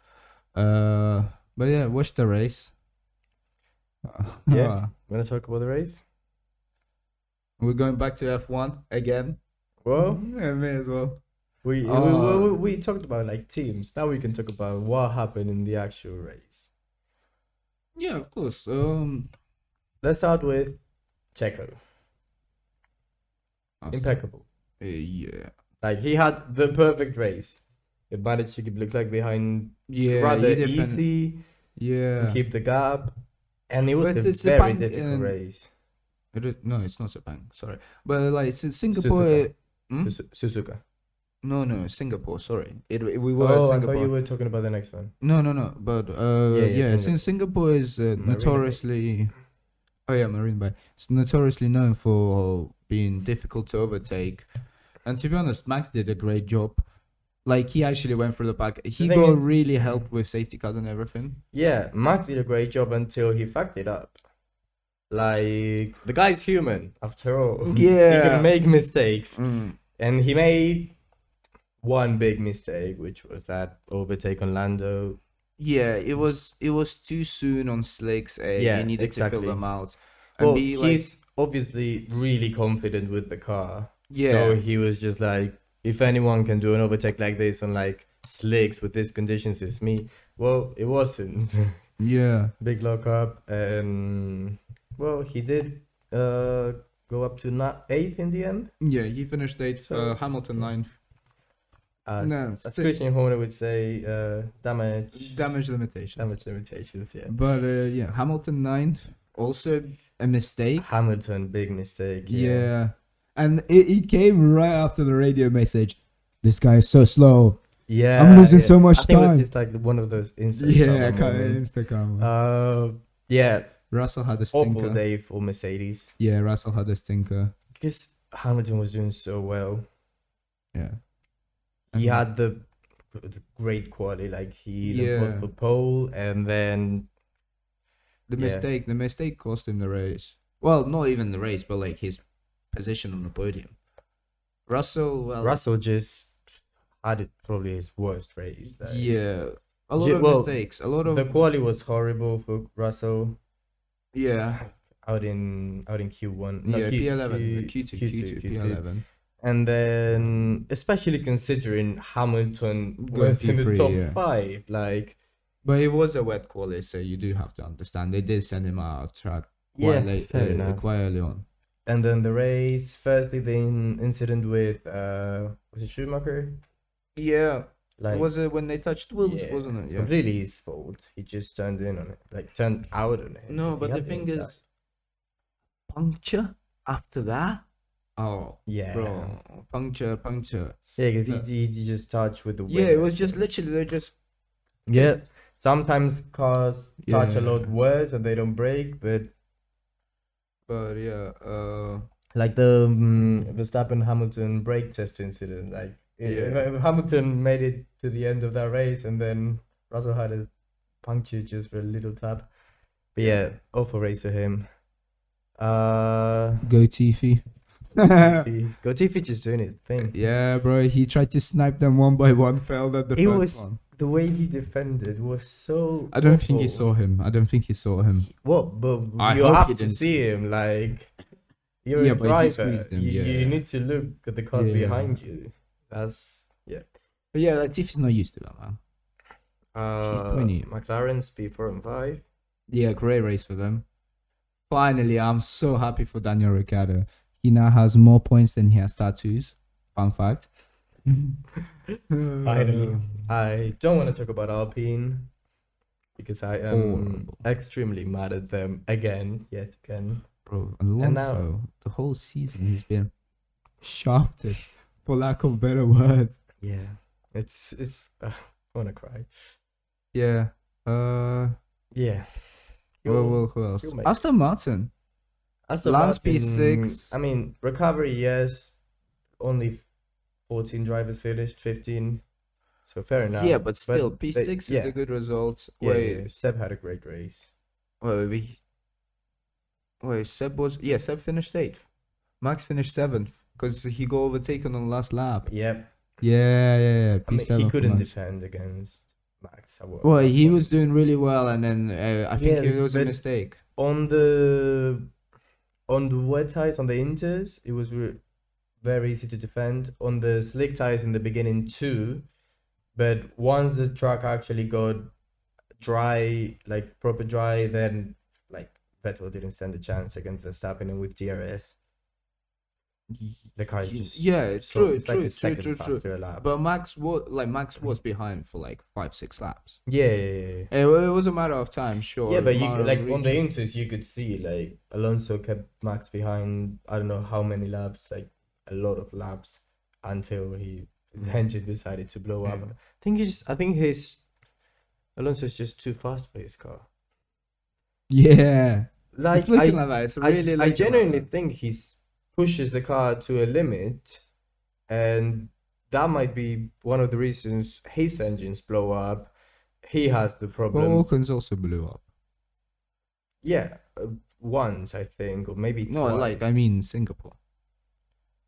Speaker 1: Uh, but yeah, watch the race.
Speaker 2: Yeah. Want to talk about the race?
Speaker 1: we're going back to F one again.
Speaker 2: Well,
Speaker 1: yeah, may as well.
Speaker 2: we, we-
Speaker 1: Uh,
Speaker 2: we, we, we talked about like teams. Now we can talk about what happened in the actual race.
Speaker 1: Yeah, of course. Um,
Speaker 2: Let's start with Checo.
Speaker 1: after-
Speaker 2: Impeccable.
Speaker 1: uh, yeah,
Speaker 2: Like he had the perfect race. He managed to keep look like behind
Speaker 1: yeah,
Speaker 2: rather
Speaker 1: you depend-
Speaker 2: easy,
Speaker 1: Yeah.
Speaker 2: keep the gap, and it was
Speaker 1: But
Speaker 2: a
Speaker 1: it's a
Speaker 2: very
Speaker 1: bank
Speaker 2: difficult
Speaker 1: and-
Speaker 2: race.
Speaker 1: It is, no, it's not Sepang. Sorry, but like since Singapore,
Speaker 2: Suzuka.
Speaker 1: it- hmm?
Speaker 2: Suzu- Suzuka.
Speaker 1: no, no, Singapore. Sorry, it, it- we were at
Speaker 2: Oh, I thought
Speaker 1: Singapore.
Speaker 2: you were talking about the next one.
Speaker 1: No, no, no. But uh,
Speaker 2: Yeah,
Speaker 1: yeah,
Speaker 2: yeah,
Speaker 1: since Singapore is uh,
Speaker 2: Marina Bay.
Speaker 1: notoriously, oh yeah, Marine Bay. It's notoriously known for being difficult to overtake. And to be honest, Max did a great job. Like he actually went through the pack. He
Speaker 2: thing
Speaker 1: got
Speaker 2: is-
Speaker 1: really helped with safety cars and everything.
Speaker 2: Yeah, Max did a great job until he fucked it up. Like the guy's human after all. he
Speaker 1: Yeah.
Speaker 2: can make mistakes, and he made one big mistake, which was that overtake on Lando.
Speaker 1: Yeah, it was it was too soon on slicks. A.
Speaker 2: Yeah,
Speaker 1: you needed to
Speaker 2: exactly.
Speaker 1: fill them out. And
Speaker 2: Well,
Speaker 1: be like,
Speaker 2: he's obviously really confident with the car.
Speaker 1: Yeah.
Speaker 2: So he was just like, if anyone can do an overtake like this on like slicks with these conditions, it's me. Well, it wasn't.
Speaker 1: yeah,
Speaker 2: big lock up and well he did uh go up to not eighth in the end
Speaker 1: yeah. He finished eighth.
Speaker 2: So-
Speaker 1: uh, Hamilton ninth.
Speaker 2: as,
Speaker 1: No,
Speaker 2: as
Speaker 1: so-
Speaker 2: christian horner would say uh damage
Speaker 1: Damage limitation.
Speaker 2: damage limitations yeah
Speaker 1: But uh, yeah, Hamilton ninth also a mistake.
Speaker 2: hamilton big mistake
Speaker 1: Yeah. And it, it came right after the radio message. This guy is so slow.
Speaker 2: yeah
Speaker 1: I'm losing
Speaker 2: yeah.
Speaker 1: so much
Speaker 2: I think It
Speaker 1: time.
Speaker 2: was just like one of those instant
Speaker 1: Yeah, I
Speaker 2: karma
Speaker 1: can't
Speaker 2: moments.
Speaker 1: Instagram.
Speaker 2: uh yeah
Speaker 1: Russell had a
Speaker 2: awful
Speaker 1: stinker.
Speaker 2: day for mercedes
Speaker 1: Yeah, Russell had a stinker.
Speaker 2: because hamilton was doing so well
Speaker 1: Yeah.
Speaker 2: he
Speaker 1: And-
Speaker 2: had the, the great quality like he even
Speaker 1: Yeah.
Speaker 2: fought for pole and then
Speaker 1: the
Speaker 2: yeah.
Speaker 1: mistake. The mistake cost him the race. Well, not even the race, but like his position on the podium. Russell, well,
Speaker 2: Russell just had it probably his worst race. Like,
Speaker 1: uh, yeah, a
Speaker 2: Ye-
Speaker 1: lot of
Speaker 2: well,
Speaker 1: mistakes. A lot of
Speaker 2: The quality was horrible for Russell
Speaker 1: yeah,
Speaker 2: out in out in Q1. no,
Speaker 1: yeah.
Speaker 2: Q-
Speaker 1: P eleven,
Speaker 2: Q-
Speaker 1: Q two, Q two, P eleven.
Speaker 2: And then especially considering Hamilton
Speaker 1: Going
Speaker 2: was in the
Speaker 1: P3,
Speaker 2: top
Speaker 1: yeah.
Speaker 2: five, like
Speaker 1: But it was a wet quality, so you do have to understand. They did send him out of track
Speaker 2: yeah,
Speaker 1: quite late,
Speaker 2: fair
Speaker 1: uh,
Speaker 2: enough.
Speaker 1: quite early on.
Speaker 2: And then the race, firstly the in- incident with uh was it Schumacher?
Speaker 1: Yeah,
Speaker 2: Like
Speaker 1: was it when they touched wheels?
Speaker 2: yeah,
Speaker 1: Wasn't it? Yeah.
Speaker 2: completely his fault. He just turned in on it, like turned out on it.
Speaker 1: No,
Speaker 2: He
Speaker 1: but the
Speaker 2: had
Speaker 1: thing
Speaker 2: inside.
Speaker 1: is, puncture after that. Oh,
Speaker 2: yeah,
Speaker 1: bro, puncture, puncture.
Speaker 2: Yeah, because
Speaker 1: Uh,
Speaker 2: he, he, he just touched with the
Speaker 1: Yeah, it was just literally they just
Speaker 2: yeah. Sometimes cars touch a lot
Speaker 1: Yeah.
Speaker 2: worse and they don't break, but
Speaker 1: But yeah, uh,
Speaker 2: like the um, Verstappen Hamilton brake test incident, like i-
Speaker 1: Yeah.
Speaker 2: if Hamilton made it to the end of that race and then Russell had a puncture just for a little tap. But yeah, awful race for him. Uh,
Speaker 1: go Tiffy.
Speaker 2: Gotifi Gotifi just doing his thing.
Speaker 1: yeah, bro, he tried to snipe them one by one, failed at the
Speaker 2: He
Speaker 1: first
Speaker 2: was-
Speaker 1: one.
Speaker 2: The way he defended was so.
Speaker 1: I don't think he
Speaker 2: awful.
Speaker 1: saw him. I don't think he saw him.
Speaker 2: Well, but
Speaker 1: I
Speaker 2: you
Speaker 1: hope
Speaker 2: have
Speaker 1: he
Speaker 2: to
Speaker 1: didn't.
Speaker 2: see him. Like you're
Speaker 1: Yeah,
Speaker 2: a
Speaker 1: but he
Speaker 2: driver.
Speaker 1: squeezed him,
Speaker 2: you,
Speaker 1: yeah.
Speaker 2: you need to look at the cars
Speaker 1: Yeah.
Speaker 2: behind you. That's yeah.
Speaker 1: But yeah, like Tiffy's not used to that, man.
Speaker 2: Uh,
Speaker 1: 20.
Speaker 2: McLaren's P4 and 5.
Speaker 1: Yeah, great race for them. Finally, I'm so happy for Daniel Ricciardo. He now has more points than he has tattoos. Fun fact.
Speaker 2: Finally. Um, I don't want to talk about Alpine because I am
Speaker 1: Horrible.
Speaker 2: extremely mad at them again, yet again.
Speaker 1: Bro,
Speaker 2: And now-
Speaker 1: Alonso, the whole season he's been shafted, for lack of better word.
Speaker 2: Yeah, it's it's. Uh, I want to cry.
Speaker 1: Yeah. Uh.
Speaker 2: Yeah.
Speaker 1: Well, well, who else?
Speaker 2: you might-
Speaker 1: Aston Martin.
Speaker 2: Aston
Speaker 1: Lance
Speaker 2: Martin,
Speaker 1: P6.
Speaker 2: I mean, recovery, yes. Only 14 drivers finished, 15. So fair enough.
Speaker 1: yeah, but still,
Speaker 2: they-
Speaker 1: P6 is
Speaker 2: yeah,
Speaker 1: a good result.
Speaker 2: yeah,
Speaker 1: wait,
Speaker 2: yeah, Seb had a great race.
Speaker 1: wait, we, wait. Seb was yeah. Seb finished eighth. Max finished seventh because he got overtaken on last lap.
Speaker 2: Yep.
Speaker 1: Yeah, yeah, yeah.
Speaker 2: I mean,
Speaker 1: P7
Speaker 2: he
Speaker 1: for
Speaker 2: couldn't
Speaker 1: Max.
Speaker 2: defend against Max. I won't-
Speaker 1: Well,
Speaker 2: I
Speaker 1: he
Speaker 2: won't-
Speaker 1: was doing really well, and then uh, I think
Speaker 2: Yeah,
Speaker 1: it was a
Speaker 2: but-
Speaker 1: mistake.
Speaker 2: on the on the wet tires on the inters. It was re- very easy to defend on the slick tires in the beginning too, but once the track actually got dry, like proper dry, then like Vettel didn't stand a chance against Verstappen and with DRS. The car is
Speaker 1: Y-
Speaker 2: just
Speaker 1: yeah, it's
Speaker 2: so-
Speaker 1: true,
Speaker 2: it's like
Speaker 1: true,
Speaker 2: a
Speaker 1: true,
Speaker 2: second
Speaker 1: true, true.
Speaker 2: faster a lap.
Speaker 1: But Max was like Max was behind for like five, six laps.
Speaker 2: yeah, yeah, yeah.
Speaker 1: It, it was a matter of time, sure.
Speaker 2: Yeah, but you
Speaker 1: matter
Speaker 2: could-
Speaker 1: of
Speaker 2: like on the
Speaker 1: region.
Speaker 2: inters, you could see like Alonso kept Max behind. I don't know how many laps, like a lot of laps, until he the engine decided to blow up.
Speaker 1: Yeah.
Speaker 2: I think he's. I think his Alonso's just too fast for his car.
Speaker 1: yeah.
Speaker 2: Like
Speaker 1: it's looking
Speaker 2: I,
Speaker 1: like that. It's
Speaker 2: I,
Speaker 1: really.
Speaker 2: I
Speaker 1: looking like
Speaker 2: genuinely
Speaker 1: that.
Speaker 2: think he's pushes the car to a limit, and that might be one of the reasons his engines blow up. He has the
Speaker 1: Well,
Speaker 2: problem.
Speaker 1: Hawkins also blew up.
Speaker 2: Yeah, uh, once I think, or maybe
Speaker 1: No,
Speaker 2: twice.
Speaker 1: like I mean Singapore.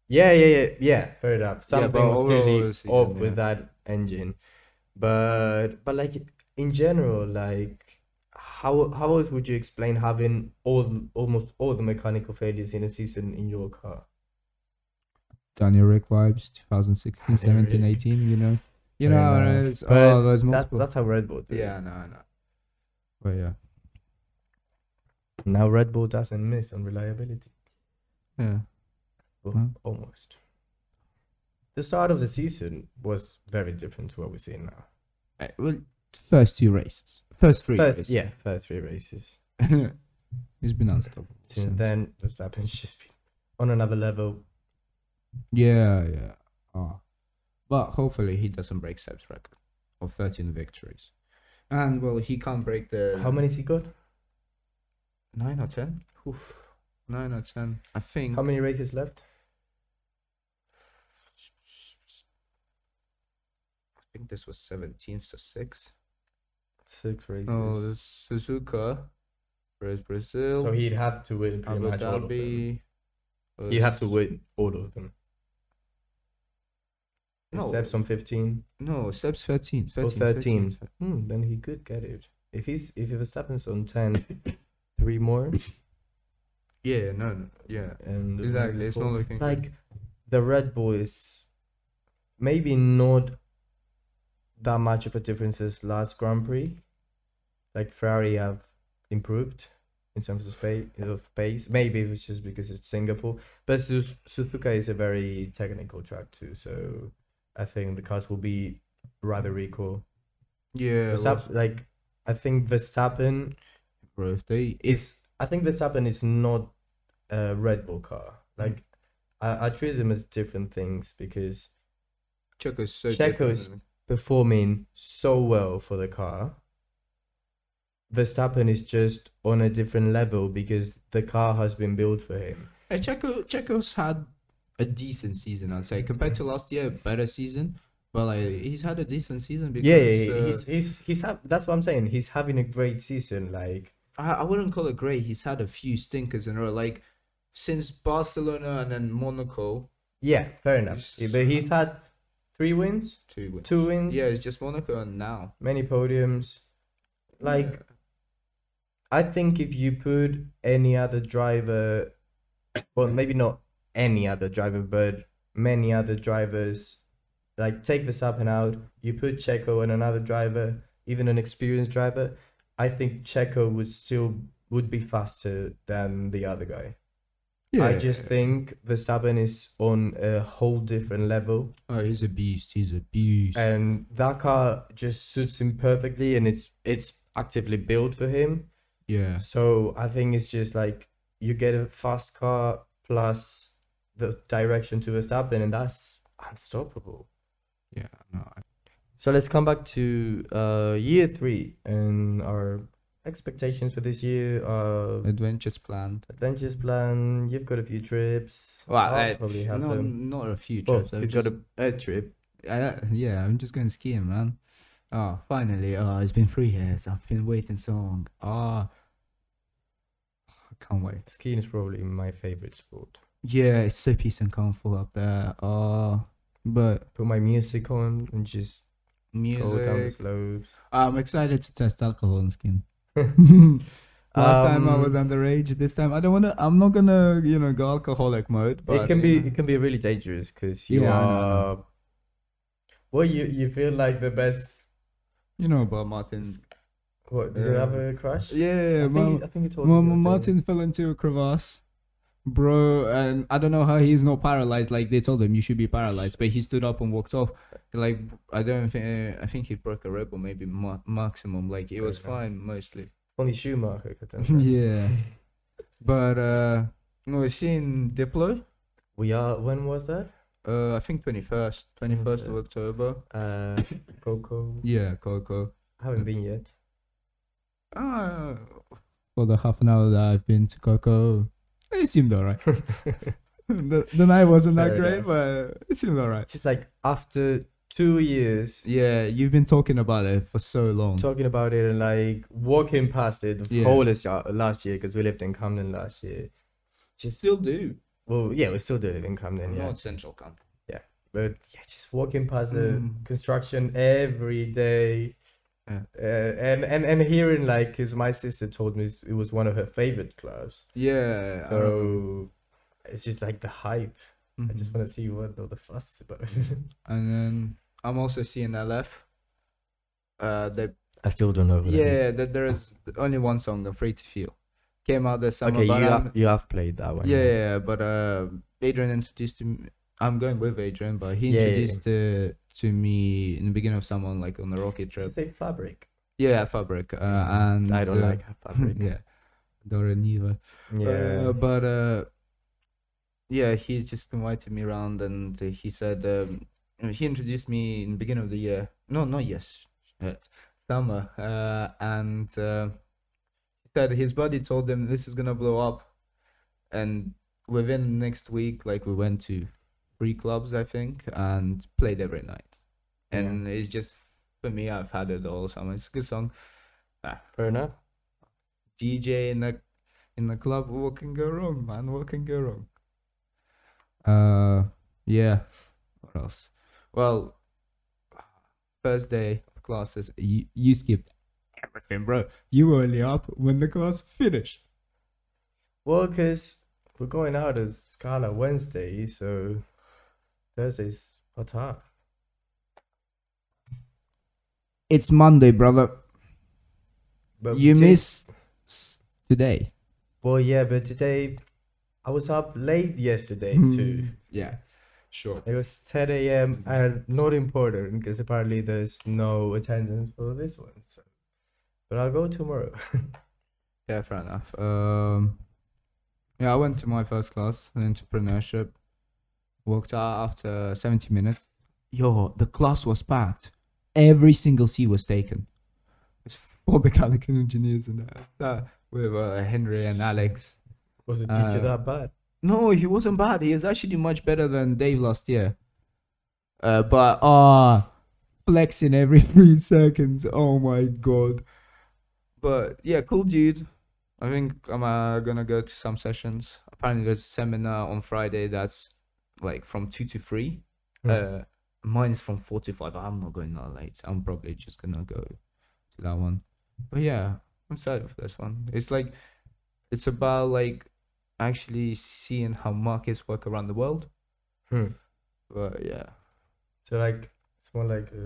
Speaker 2: Yeah, yeah, yeah, yeah. Fair enough.
Speaker 1: Yeah, but
Speaker 2: Something was
Speaker 1: overall
Speaker 2: clearly
Speaker 1: it's
Speaker 2: off
Speaker 1: even,
Speaker 2: with that engine, but but like in general, like how how else would you explain having all almost all the mechanical failures in a season in your car?
Speaker 1: Daniel Rick vibes, 2016,
Speaker 2: Daniel
Speaker 1: 17,
Speaker 2: Rick.
Speaker 1: 18, you know. You
Speaker 2: Fair
Speaker 1: know,
Speaker 2: enough.
Speaker 1: it's,
Speaker 2: But
Speaker 1: oh, there's
Speaker 2: That's
Speaker 1: multiple.
Speaker 2: that's how Red Bull do it.
Speaker 1: yeah, no, no. But yeah.
Speaker 2: Now Red Bull doesn't miss on reliability.
Speaker 1: Yeah.
Speaker 2: Well,
Speaker 1: Wow.
Speaker 2: almost. The start of the season was very different to what we're seeing now.
Speaker 1: Uh, well, first two races. First three
Speaker 2: First,
Speaker 1: races.
Speaker 2: yeah, first three races.
Speaker 1: it's been unstoppable.
Speaker 2: Since
Speaker 1: since.
Speaker 2: then, Verstappen's just been on another level.
Speaker 1: Yeah, yeah. Oh. But hopefully he doesn't break Seb's record of 13 victories. And well, he can't break the
Speaker 2: How many's he got?
Speaker 1: nine or ten? Oof. Nine or ten, I think.
Speaker 2: How many races left?
Speaker 1: I think this was 17th or 6th.
Speaker 2: Six races.
Speaker 1: Oh, this Suzuka versus Brazil,
Speaker 2: so he'd have to win pretty
Speaker 1: Abu
Speaker 2: much all of them.
Speaker 1: Dhabi. uh,
Speaker 2: He'd have to
Speaker 1: versus-
Speaker 2: win all of them.
Speaker 1: No.
Speaker 2: No. Steps on 15.
Speaker 1: No, Seb's 13. 13.
Speaker 2: Or
Speaker 1: 13.
Speaker 2: 13. Hmm, then he could get it. If he's if Verstappen's on 10, three more.
Speaker 1: Yeah, no, no, yeah.
Speaker 2: and
Speaker 1: Exactly, it's not looking good.
Speaker 2: like the Red Bull is maybe not that much of a difference as last Grand Prix. Like Ferrari have improved in terms of space of pace. Maybe it's just because it's Singapore, but Suz- Suzuka is a very technical track too. So I think the cars will be rather equal.
Speaker 1: Yeah, well,
Speaker 2: Verstapp- like I think Verstappen
Speaker 1: bro, if they
Speaker 2: it's I think Verstappen is not a Red Bull car.
Speaker 1: Mm.
Speaker 2: Like I, I treat them as different things because
Speaker 1: Checo's so
Speaker 2: Checo
Speaker 1: different
Speaker 2: is-
Speaker 1: than-
Speaker 2: performing so well for the car, Verstappen is just on a different level because the car has been built for him.
Speaker 1: Hey, Checo, Checo's had a decent season, I'd say, compared to last year, better season. But like, he's had a decent season because
Speaker 2: yeah, yeah, yeah,
Speaker 1: uh,
Speaker 2: he's he's he's ha- that's what I'm saying. He's having a great season. Like
Speaker 1: uh, I, I wouldn't call it great. He's had a few stinkers in a row, like since Barcelona and then Monaco,
Speaker 2: yeah, fair enough.
Speaker 1: He's-
Speaker 2: but he's had three wins,
Speaker 1: two wins.
Speaker 2: two wins,
Speaker 1: Yeah, it's just Monaco and now.
Speaker 2: many podiums. Like I think if you put any other driver, well, maybe not any other driver, but many other drivers, like take Verstappen out, you put Checo and another driver, even an experienced driver, I think Checo would still would be faster than the other guy. I just think Verstappen is on a whole different level,
Speaker 1: oh, he's a beast. He's a beast.
Speaker 2: and that car just suits him perfectly, and it's it's actively built for him.
Speaker 1: yeah,
Speaker 2: So I think it's just like you get a fast car plus the direction to Verstappen, and that's unstoppable.
Speaker 1: yeah. No, I-
Speaker 2: So let's come back to uh, year three and our expectations for this year. Uh,
Speaker 1: adventures planned.
Speaker 2: adventures plan. You've got a few trips.
Speaker 1: Well,
Speaker 2: I'll
Speaker 1: I-
Speaker 2: probably have
Speaker 1: no,
Speaker 2: them.
Speaker 1: not a few
Speaker 2: Well,
Speaker 1: trips. I've
Speaker 2: he's
Speaker 1: just-
Speaker 2: got a, a trip.
Speaker 1: Uh, yeah, I'm just going skiing, man. Oh, finally. Oh, it's been three years. I've been waiting so long. Oh, I can't wait.
Speaker 2: Skiing is probably my favorite sport.
Speaker 1: Yeah, it's so peace and comfort up there. Oh, but
Speaker 2: Put my music on and just go down the
Speaker 1: music.
Speaker 2: slopes.
Speaker 1: I'm excited to test alcohol and skin. Last time I
Speaker 2: Um,
Speaker 1: was underage. This time I don't wanna. I'm not gonna, you know, go alcoholic mode. But
Speaker 2: it can be
Speaker 1: you know.
Speaker 2: it can be really dangerous because you
Speaker 1: Yeah, I know, I know.
Speaker 2: are well you you feel like the best
Speaker 1: You know about Martin.
Speaker 2: what did you
Speaker 1: Yeah.
Speaker 2: have a crash I,
Speaker 1: Yeah,
Speaker 2: think,
Speaker 1: well,
Speaker 2: you- I think you told
Speaker 1: Well,
Speaker 2: me the other day.
Speaker 1: Martin fell into a crevasse, bro, and I don't know how he's not paralyzed. Like they told him, you should be paralyzed, but he stood up and walked off. Like I don't think I think he broke a rib or maybe ma- maximum. Like it was
Speaker 2: Fair
Speaker 1: fine mostly.
Speaker 2: only Schumacher could have done that.
Speaker 1: yeah, but uh, no, we've seen Diplo.
Speaker 2: we are when was that
Speaker 1: Uh, I think twenty first, twenty first of
Speaker 2: 21st.
Speaker 1: October.
Speaker 2: uh Coco
Speaker 1: Yeah, Coco.
Speaker 2: I haven't been yet
Speaker 1: Oh. Uh, for the half an hour that I've been to Coco, it seemed alright. the, the night wasn't that
Speaker 2: Fair
Speaker 1: great,
Speaker 2: enough.
Speaker 1: but it seemed alright.
Speaker 2: It's like after two years
Speaker 1: Yeah, you've been talking about it for so long.
Speaker 2: talking about it and like walking past it the
Speaker 1: Yeah.
Speaker 2: whole is- uh, last year because we lived in Camden last year. Just
Speaker 1: Still do.
Speaker 2: well, yeah, we still do live in Camden, yeah.
Speaker 1: Central Camp.
Speaker 2: But yeah, just walking past the
Speaker 1: Mm.
Speaker 2: construction every day.
Speaker 1: Yeah.
Speaker 2: Uh, and, and and hearing like because my sister told me it was one of her favorite clubs
Speaker 1: Yeah. I remember.
Speaker 2: so it's just like the hype i just
Speaker 1: Mhm.
Speaker 2: want to see what all the fuss is about
Speaker 1: And then I'm also seeing LF. Uh, they
Speaker 2: i still don't know
Speaker 1: yeah, that there is only one song, "Afraid to Feel," came out this summer.
Speaker 2: okay you
Speaker 1: but I'm-
Speaker 2: have, you have played that one
Speaker 1: yeah, yeah, but uh, Adrian introduced to me. I'm going with Adrian, but he
Speaker 2: Yeah, yeah, yeah.
Speaker 1: introduced Uh, to me in the beginning of someone like on the rocket
Speaker 2: Did you
Speaker 1: trip.
Speaker 2: say fabric
Speaker 1: Yeah, Fabric. Uh, and
Speaker 2: Mm. i don't
Speaker 1: uh,
Speaker 2: like fabric
Speaker 1: yeah, Dora Neva.
Speaker 2: yeah
Speaker 1: Uh, but uh, yeah, he just invited me around, and uh, he said um, uh, he introduced me in the beginning of the year. No, not yes, uh, summer. Uh, and uh, he said his buddy told him this is gonna blow up, and within the next week, like we went to three clubs, I think, and played every night.
Speaker 2: Yeah.
Speaker 1: And it's just for me, I've had it all summer. It's a good song.
Speaker 2: fair enough
Speaker 1: DJ in the in the club, what can go wrong, man? What can go wrong? Uh, yeah. What else? Well, first day of classes, you, you skipped everything, bro. You were only up when the class finished.
Speaker 2: well because we're going out as scala wednesday so thursday's hot hot
Speaker 1: It's Monday, brother.
Speaker 2: but
Speaker 1: you
Speaker 2: did-
Speaker 1: missed s- today.
Speaker 2: well yeah but today i was up late yesterday too
Speaker 1: Mm. Yeah, sure.
Speaker 2: It was 10 a.m. and not important because apparently there's no attendance for this one. So. But I'll go tomorrow.
Speaker 1: Yeah, fair enough. Um, yeah, I went to my first class in entrepreneurship. Walked out after 70 minutes. Yo, the class was packed. Every single seat was taken. It's four mechanical engineers in there. Uh, with uh, Henry and Alex.
Speaker 2: Was the
Speaker 1: Uh,
Speaker 2: teacher that bad?
Speaker 1: No, he wasn't bad. He is actually much better than Dave last year. Uh, but ah, flexing every three seconds. Oh my god. But yeah, cool dude. I think I'm uh, gonna go to some sessions. Apparently, there's a seminar on Friday that's like from two to three. Uh, mine is from four to five. I'm not going that late. I'm probably just gonna go to that one. But yeah, I'm excited for this one. It's like it's about like actually seeing how markets work around the world.
Speaker 2: Hmm.
Speaker 1: But yeah,
Speaker 2: So, like, it's more like a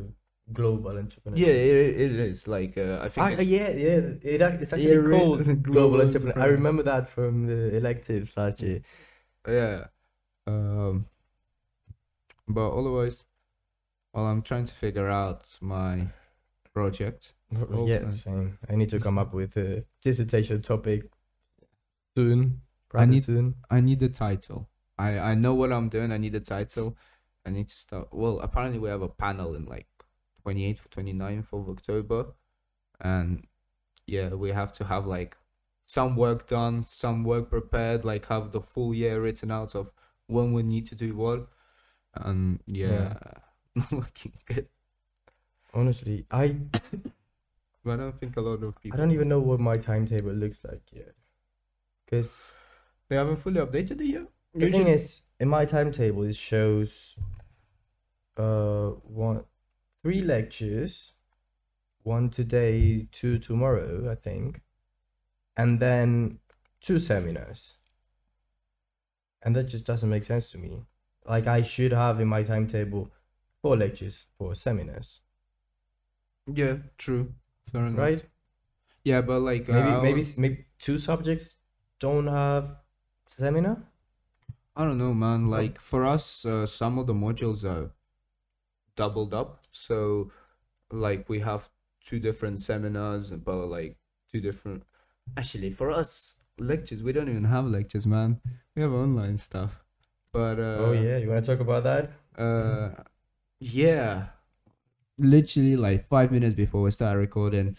Speaker 2: global entrepreneur.
Speaker 1: yeah, it, it is like uh, I think.
Speaker 2: Ah,
Speaker 1: it's-
Speaker 2: yeah, yeah. It, ac- it's actually
Speaker 1: Yeah, re-
Speaker 2: called global,
Speaker 1: global
Speaker 2: entrepreneur. I
Speaker 1: entrepreneur.
Speaker 2: remember that from the electives last year.
Speaker 1: Yeah. Um but otherwise well I'm trying to figure out my project.
Speaker 2: Oh,
Speaker 1: Okay.
Speaker 2: Yeah, same. I need to come up with a dissertation topic soon.
Speaker 1: I
Speaker 2: Rather
Speaker 1: need-
Speaker 2: soon.
Speaker 1: I need the title. I I know what I'm doing. I need the title. I need to start. Well, apparently we have a panel in like 28th, 29th of October and yeah, we have to have like some work done, some work prepared, like have the full year written out of when we need to do what. And yeah, not looking good.
Speaker 2: Honestly, I
Speaker 1: But I don't think a lot of
Speaker 2: I
Speaker 1: people.
Speaker 2: don't even know what my timetable looks like yet. Because
Speaker 1: They haven't fully updated the year.
Speaker 2: the thing is, in my timetable, it shows uh one three lectures, one today, two tomorrow, I think, and then two seminars. And that just doesn't make sense to me. Like I should have in my timetable four lectures, four seminars,
Speaker 1: yeah, true. Fair enough.
Speaker 2: right?
Speaker 1: Yeah, but like uh,
Speaker 2: Maybe
Speaker 1: I
Speaker 2: maybe
Speaker 1: was-
Speaker 2: s- maybe two subjects don't have seminar.
Speaker 1: I don't know, man. Like for us, uh, some of the modules are doubled up. So, like we have two different seminars about like two different. Actually, for us lectures, we don't even have lectures, man. We have online stuff. But uh,
Speaker 2: oh yeah, you want to talk about that?
Speaker 1: uh yeah literally like five minutes before we started recording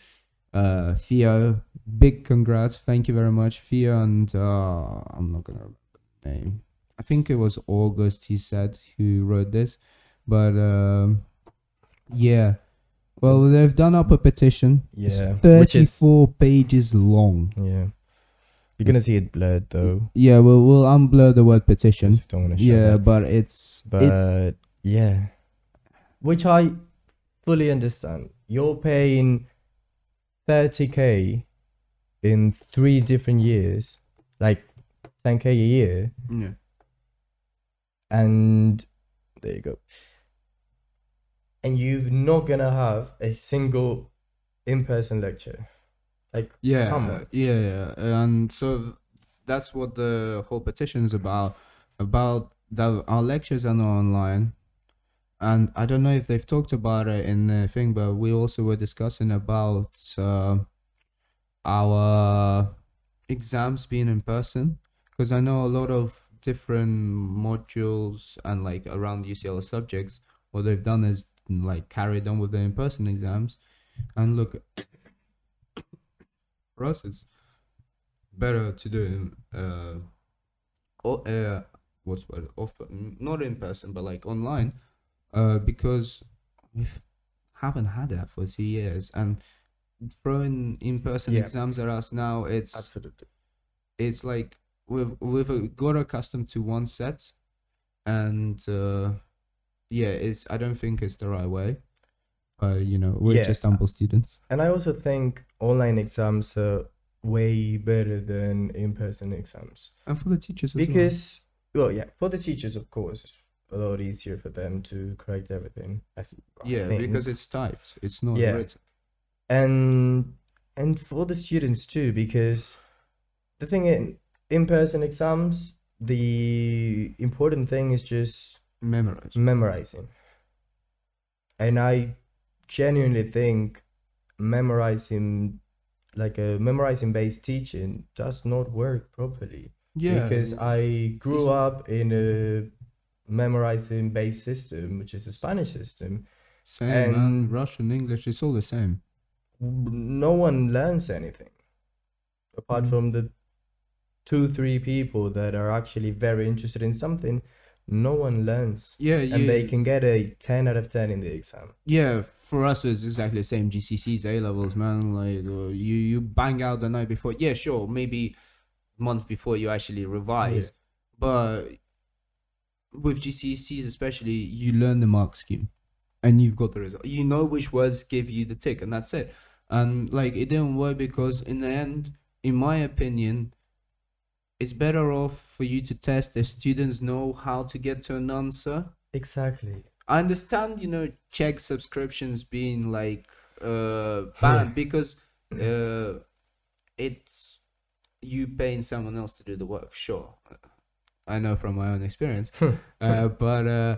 Speaker 1: uh theo big congrats thank you very much theo and uh i'm not gonna remember the name I think it was August. He said who wrote this, but um, yeah. Well, they've done up a petition. It's
Speaker 2: Yeah, which is-
Speaker 1: thirty-four pages long.
Speaker 2: Yeah. You're gonna see it blurred though.
Speaker 1: Yeah, well, we'll unblur the word
Speaker 2: 'cause
Speaker 1: petition.
Speaker 2: we don't want to show
Speaker 1: Yeah,
Speaker 2: that.
Speaker 1: but it's
Speaker 2: But
Speaker 1: it's-
Speaker 2: yeah. Which I fully understand. You're paying 30k in three different years, like 10k a year,
Speaker 1: yeah.
Speaker 2: and there you go. And you're not gonna have a single in person lecture. Like,
Speaker 1: Yeah,
Speaker 2: Come
Speaker 1: uh,
Speaker 2: on.
Speaker 1: yeah, yeah, and so th- that's what the whole petition is about. About that, our lectures are not online, and I don't know if they've talked about it in the thing, but we also were discussing about uh, our exams being in person because I know a lot of different modules and like around UCL subjects. What they've done is like carried on with the in-person exams, and look, for us it's better to do it uh, or, uh what's the word off not in person but like online uh because we haven't had that for two years and throwing in-person
Speaker 2: Yeah.
Speaker 1: exams at us now it's
Speaker 2: absolutely.
Speaker 1: it's like we've we've uh, got accustomed to one set and uh yeah it's i don't think it's the right way but you know we're
Speaker 2: Yeah.
Speaker 1: just humble students
Speaker 2: And I also think online exams are way better than in person exams.
Speaker 1: and for the teachers as well.
Speaker 2: because well yeah for the teachers of course it's a lot easier for them to correct everything I th- I
Speaker 1: Yeah,
Speaker 2: think.
Speaker 1: because it's typed. It's not
Speaker 2: Yeah.
Speaker 1: written.
Speaker 2: and and for the students too because the thing in in-person exams the important thing is just
Speaker 1: Memorized.
Speaker 2: Mm, memorizing and i genuinely think memorizing like a memorizing based teaching does not work properly
Speaker 1: Yeah.
Speaker 2: because I grew up in a memorizing based system, which is the Spanish system.
Speaker 1: same man.
Speaker 2: and-
Speaker 1: Russian, English, it's all the same.
Speaker 2: No one learns anything apart
Speaker 1: Mm.
Speaker 2: from the two, three people that are actually very interested in something. No one learns,
Speaker 1: Yeah, you,
Speaker 2: and they can get a 10 out of 10 in the exam.
Speaker 1: yeah. For us, it's exactly the same. GCSEs, A levels, man. Like uh, you, you bang out the night before. Yeah, sure, maybe month before you actually revise, but with GCSEs especially, you learn the mark scheme, and you've got the result. You know which words give you the tick, and that's it. And like it didn't work because in the end, in my opinion, it's better off for you to test if students know how to get to an answer
Speaker 2: Exactly.
Speaker 1: I understand, you know, check subscriptions being like uh banned because uh it's you paying someone else to do the work, sure. I know from my own experience. uh, but uh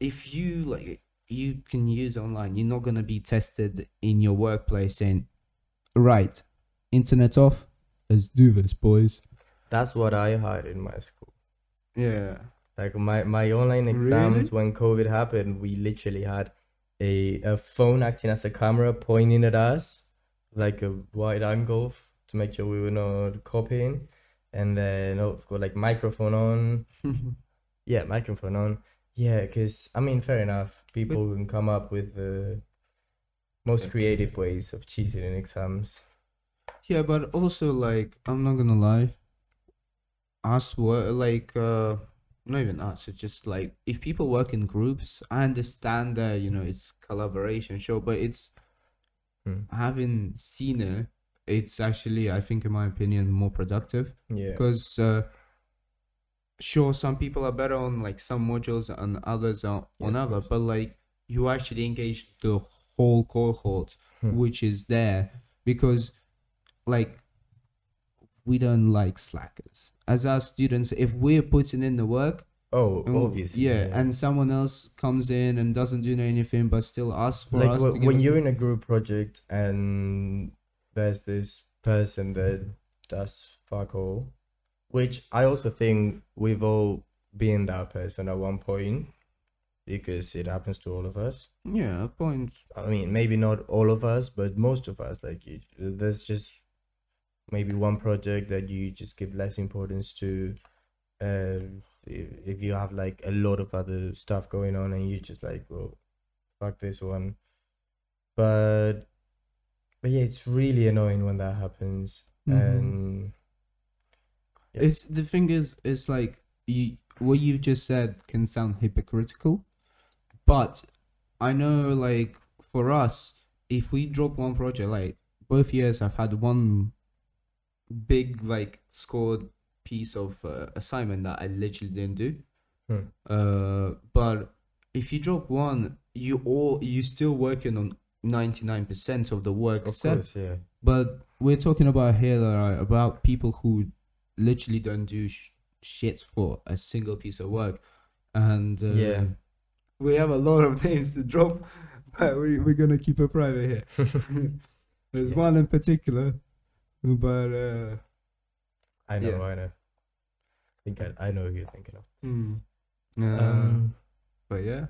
Speaker 1: if you like you can use online, you're not gonna be tested in your workplace saying, Right, internet off, let's do this, boys.
Speaker 2: That's what I had in my school.
Speaker 1: Yeah.
Speaker 2: Like my, my online
Speaker 1: Really?
Speaker 2: exams when COVID happened, we literally had a, a phone acting as a camera pointing at us, like a wide angle f- to make sure we were not copying. And then oh, of course like microphone on. Yeah, microphone on. Yeah, because I mean fair enough. People can come up with the most creative ways of cheating in exams.
Speaker 1: Yeah, but also like I'm not gonna lie. Us work like uh not even us, it's just like if people work in groups, I understand that, you know, it's collaboration, sure, but it's
Speaker 2: Hmm.
Speaker 1: having seen it, it's actually I think in my opinion more productive
Speaker 2: Yeah.
Speaker 1: because uh, sure some people are better on like some modules and others are
Speaker 2: Yeah,
Speaker 1: on
Speaker 2: of
Speaker 1: other but like you actually engage the whole cohort
Speaker 2: Hmm.
Speaker 1: which is there because like we don't like slackers as our students if we're putting in the work
Speaker 2: Oh,
Speaker 1: and-
Speaker 2: obviously.
Speaker 1: yeah, and someone else comes in and doesn't do anything but still asks for
Speaker 2: like
Speaker 1: us
Speaker 2: wh-
Speaker 1: to give
Speaker 2: when
Speaker 1: us-
Speaker 2: you're in a group project and there's this person that does fuck all, which I also think we've all been that person at one point because it happens to all of us.
Speaker 1: yeah point
Speaker 2: I mean, maybe not all of us, but most of us. Like, you, there's just maybe one project that you just give less importance to, uh, if, if you have like a lot of other stuff going on and you just like well fuck this one but but yeah it's really annoying when that happens
Speaker 1: Mhm.
Speaker 2: and Yeah.
Speaker 1: It's the thing is, it's like you, what you just said can sound hypocritical, but I know like for us, if we drop one project, like both years, I've had one big like scored piece of uh, assignment that I literally didn't do.
Speaker 2: Hmm.
Speaker 1: Uh, but if you drop one, you all you still working on ninety nine percent of the work
Speaker 2: of
Speaker 1: set
Speaker 2: course yeah
Speaker 1: but we're talking about here like, about people who literally don't do sh- shit for a single piece of work, and uh,
Speaker 2: Yeah.
Speaker 1: we have a lot of names to drop, but we we're gonna keep it private here. There's
Speaker 2: Yeah.
Speaker 1: one in particular, but uh,
Speaker 2: i know
Speaker 1: Yeah.
Speaker 2: i know i think I, I know who you're thinking of
Speaker 1: uh,
Speaker 2: um
Speaker 1: but yeah,